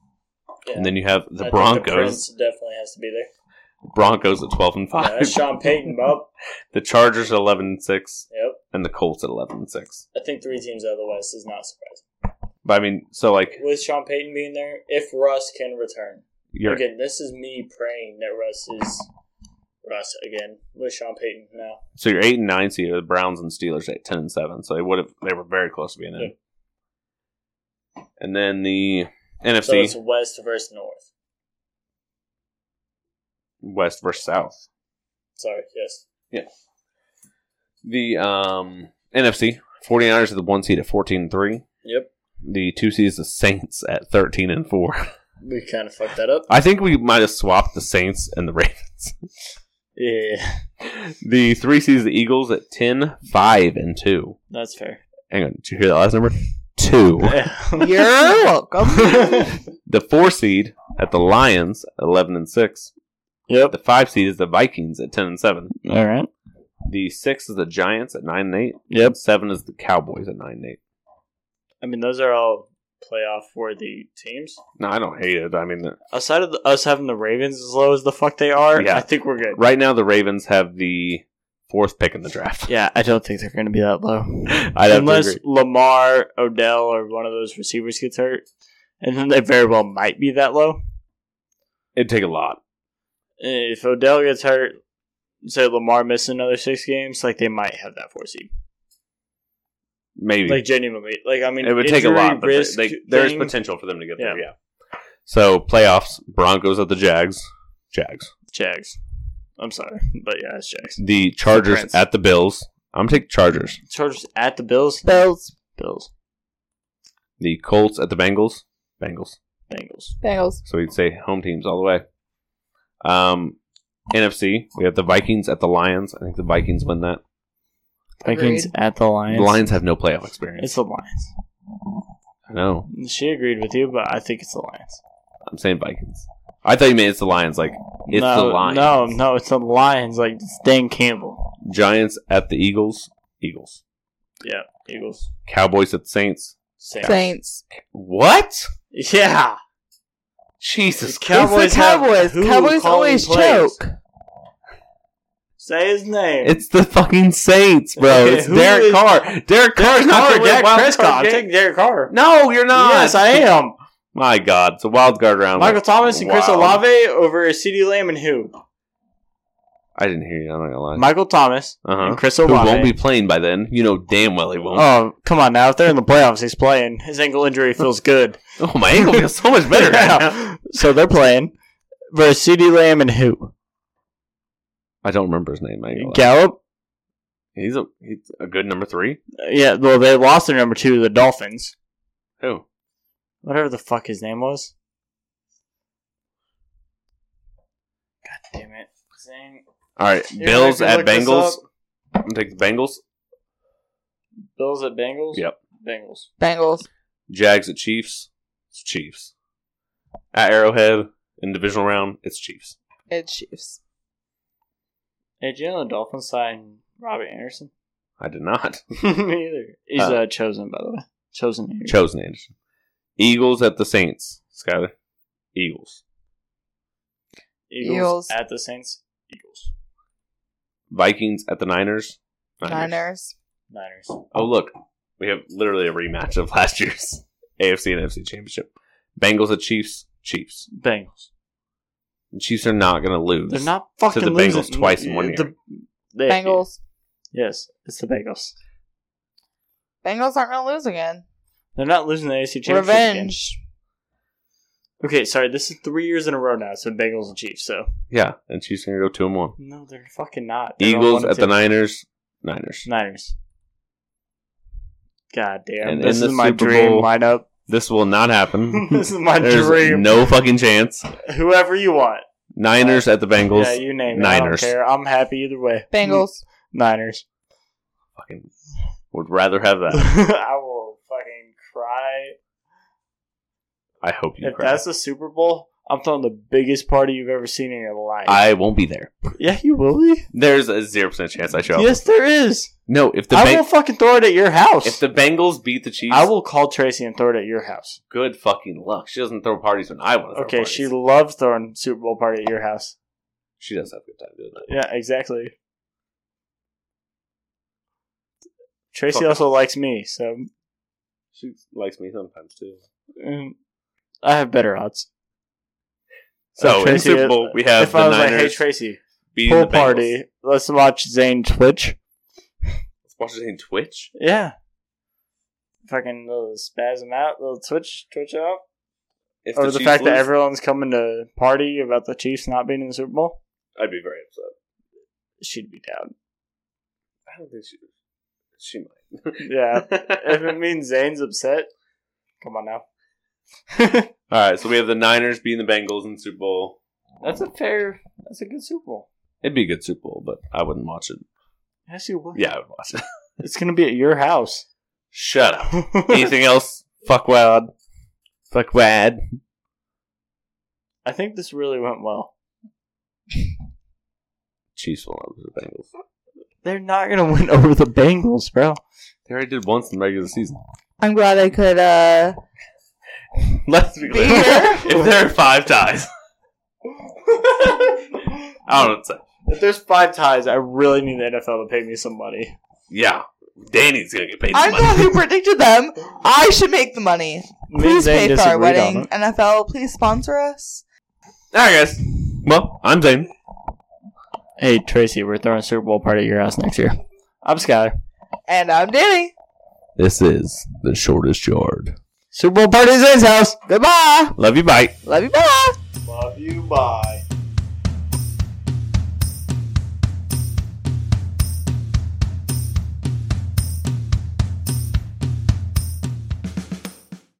S5: Yeah.
S1: And then you have the
S5: I think The
S1: Broncos.
S5: Prince definitely has to be there.
S1: Broncos at 12 and 5. <laughs>
S5: Yeah, that's Sean Payton, Bob.
S1: The Chargers at 11 and 6
S5: Yep.
S1: and the Colts at 11 and 6.
S5: I think three teams out of the West is not surprising.
S1: But I mean, so like
S5: With Sean Payton being there, if Russ can return.
S1: you're
S5: Again, this is me praying that Russ is Russ again with Sean Payton now.
S1: so you're 8 and 9 seed are the Browns and Steelers at 10 and 7. So they would have they were very close to being in. And then the
S5: So
S1: NFC
S5: it's West versus North.
S1: West versus South.
S5: Sorry, yes.
S1: The um NFC 49ers are the 1 seed at 14 and 3.
S5: Yep.
S1: The 2 seed is the Saints at 13 and 4.
S5: We kind of fucked that up.
S1: <laughs> I think we might have swapped the Saints and the Ravens. <laughs>
S5: Yeah.
S1: The 3 seed is the Eagles at 10 5 and 2.
S5: That's fair. <laughs>
S1: Hang on, did you hear that last number? 2.
S3: You're
S5: <laughs>
S3: welcome.
S1: The four seed at the Lions, eleven and six.
S5: Yep.
S1: The five seed is the Vikings at ten and seven.
S2: All right.
S1: The six is the Giants at nine and eight.
S2: Yep.
S1: Seven is the Cowboys at nine and eight.
S5: I mean, those are all playoff worthy teams.
S1: No, I don't hate it. I mean,
S5: Outside of the, us having the Ravens as low as the fuck they are,
S1: Yeah.
S5: I think we're good.
S1: right now the Ravens have the fourth pick in the draft. <laughs>
S5: Yeah, I don't think they're going to be that low.
S1: I'd have to
S5: Unless
S1: agree.
S5: Lamar, Odell, or one of those receivers gets hurt, and then they very well might be that low.
S1: It'd take a lot.
S5: If Odell gets hurt, say Lamar misses another six games, like they might have that four seed.
S1: Maybe
S5: Like genuinely, like I mean,
S1: it would take a lot. But
S5: injury risk
S1: they, there is
S5: thing,
S1: potential for them to get there.
S5: Yeah.
S1: Yeah. So playoffs: Broncos at the Jags. Jags.
S5: Jags. I'm sorry, but yeah, it's Jags.
S1: The Chargers
S5: Prince.
S1: at the Bills. I'm gonna take Chargers.
S5: Chargers at the Bills.
S3: Bills.
S5: Bills.
S1: The Colts at the Bengals. Bengals.
S5: Bengals.
S3: Bengals.
S1: So we'd say home teams all the way. Um, NFC, we have the Vikings at the Lions. I think the Vikings win that.
S2: Vikings
S3: Vikings
S2: at the
S1: The
S2: Lions.
S1: Lions have no playoff experience.
S5: It's the Lions.
S1: I know.
S5: She agreed with you, but I think it's the Lions.
S1: I'm saying Vikings. I thought you meant it's the Lions, like It's
S5: no,
S1: the Lions.
S5: No, no, it's the Lions. Like it's Dan Campbell.
S1: Giants at the Eagles, Eagles,
S5: Yeah, Eagles.
S1: Cowboys at the Saints.
S5: Saints.
S3: Saints.
S1: What?
S5: Yeah.
S1: Jesus,
S5: Cowboys
S3: it's the
S5: have
S3: Cowboys.
S5: who
S3: Cowboys
S5: calling
S3: always
S5: plays?
S3: choke.
S5: Say his name.
S1: it's the fucking Saints, bro. It's
S5: Who
S1: Derek
S5: is-
S1: Carr. Derek Carr's not
S5: Carr
S1: going to
S5: with
S1: win
S5: Wild
S1: wild
S5: Prescott.
S1: card
S5: I'm
S1: game.
S5: taking Derek Carr.
S1: No, you're not.
S5: Yes,
S1: <laughs>
S5: I am.
S1: My God, it's a wild card round.
S5: Michael Thomas and Chris
S1: Wow.
S5: Olave over CeeDee Lamb and who?
S1: I didn't hear you. I'm not gonna lie.
S5: Michael Thomas
S1: uh-huh.
S5: and Chris
S1: Who
S5: Olave.
S1: won't be playing by then? You know damn well he won't.
S5: Oh, come on now. If they're in the playoffs, he's playing. His ankle injury feels good.
S1: Oh, my ankle feels so much <laughs>
S5: <laughs>
S1: better. right now.
S5: so they're playing. Versus CeeDee Lamb and who?
S1: I don't remember his name. I ain't gonna lie.
S5: Gallup?
S1: He's a he's a good number three.
S5: Yeah, well, they lost their number two, the Dolphins.
S1: Who?
S5: Whatever the fuck his name was. God damn it. His name-
S1: All right,
S5: You're
S1: Bills
S5: gonna
S1: at
S5: look this
S1: Bengals.
S5: up?
S1: I'm gonna take the Bengals.
S5: Bills at Bengals?
S1: Yep.
S5: Bengals.
S3: Bengals.
S1: Jags at Chiefs. It's Chiefs. At Arrowhead in divisional round, it's Chiefs.
S3: It's Chiefs.
S5: Hey, do you know the Dolphins signed Robert Anderson?
S1: I did not <laughs>
S5: Me either. He's
S1: Uh.
S5: uh, chosen, by the way. Chosen. Anderson.
S1: chosen Anderson. Eagles at the Saints. Skyler. Eagles.
S5: Eagles,
S3: Eagles.
S5: at the Saints. Eagles.
S1: Vikings at the Niners.
S3: Niners.
S5: Niners.
S1: Oh look, we have literally a rematch of last year's <laughs> AFC and NFC championship. Bengals at Chiefs. Chiefs.
S5: Bengals.
S1: The Chiefs are not gonna lose.
S5: They're not fucking
S1: the Bengals
S5: losing.
S1: twice in one year.
S5: The, they-
S3: Bengals.
S5: Yes, it's the Bengals.
S3: Bengals aren't gonna lose again.
S5: They're not losing the AFC Championship. again.
S3: Revenge.
S5: Okay, sorry. This is three years in a row now. So Bengals and Chiefs. So
S1: Yeah, and Chiefs are gonna go two and one.
S5: no, they're fucking not. They're all
S1: Eagles
S5: one and
S1: at the
S5: two.
S1: Niners. Niners.
S5: Niners. God damn!
S1: And
S5: this
S1: in the
S5: is my
S1: Super
S5: dream
S1: Bowl-
S5: lineup.
S1: This will not happen.
S5: <laughs> this is my
S1: There's
S5: dream.
S1: no fucking chance.
S5: Whoever you want.
S1: Niners at the Bengals.
S5: yeah, you name it. I don't
S1: Niners.
S5: care. I'm happy either way.
S3: Bengals.
S5: <laughs>
S1: <laughs>
S5: Niners.
S1: Fucking would rather have that.
S5: I will fucking cry.
S1: I hope you
S5: If
S1: cry.
S5: that's the Super Bowl, I'm throwing the biggest party you've ever seen in your life.
S1: I won't be there.
S5: yeah, you will be.
S1: There's a zero percent chance I show up.
S5: Yes, there is.
S1: No, if the
S5: I
S1: Beng-
S5: will fucking throw it at your house.
S1: if the Bengals beat the Chiefs,
S5: I will call Tracy and throw it at your house.
S1: good fucking luck. She doesn't throw parties when I want to.
S5: Okay, she loves throwing Super Bowl party at your house.
S1: she does have a good time doing that.
S5: Yeah, exactly. Tracy
S1: Fuck.
S5: also likes me, so
S1: She likes me sometimes too.
S5: mm, I have better odds.
S1: So
S5: Uh,
S1: Oh, in
S5: Tracy,
S1: Super Bowl we have
S5: if I
S1: the
S5: was like, "Hey
S1: Niners
S5: Tracy,
S1: beating
S5: pool
S1: the Bengals. Party.
S5: party, let's watch Zane Twitch."
S1: Watch it on Twitch.
S5: Yeah, fucking little spasm out, little twitch, twitch out.
S1: If
S5: Over the,
S1: Chiefs
S5: fact that
S1: lose,
S5: everyone's coming to party about the Chiefs not being in the Super Bowl,
S1: I'd be very upset.
S5: she'd be down.
S1: I don't think she. She might.
S5: Yeah, if it means Zane's upset, come on now.
S1: All right, so we have the Niners beating the Bengals in the Super Bowl.
S5: That's a fair. That's a good Super Bowl.
S1: It'd be a good Super Bowl, but I wouldn't watch it.
S5: Yes, you would.
S1: Yeah, I would watch <laughs> it.
S5: it's gonna be at your house.
S1: Shut up. Anything else? Fuck wad. Fuck wad.
S5: I think this really went well.
S1: Chiefs will not lose to the Bengals.
S5: They're not gonna win over the Bengals, bro.
S1: They already did once in the regular season.
S3: I'm glad I could uh
S1: Let's be
S3: be
S1: clear.
S3: here.
S1: <laughs> if there are five
S5: <laughs>
S1: ties, I don't know what to say.
S5: If there's five ties, I really need the NFL to pay me some money.
S1: Yeah, Danny's gonna get paid
S3: I'm
S1: some
S3: the one
S1: money.
S3: who predicted them. I should make the money.
S5: Me and
S3: Please
S5: Zane
S3: pay for our
S5: disagreed on
S3: wedding. NFL, please sponsor us.
S1: All right, guys. Well, I'm Zane.
S5: it. Hey Tracy, we're throwing a Super Bowl party at your house next year. I'm Skyler.
S3: And I'm Danny.
S1: This is the shortest yard.
S5: Super Bowl party at Zane's house.
S3: Goodbye.
S1: Love you. Bye.
S3: Love you. Bye.
S5: Love you. Bye.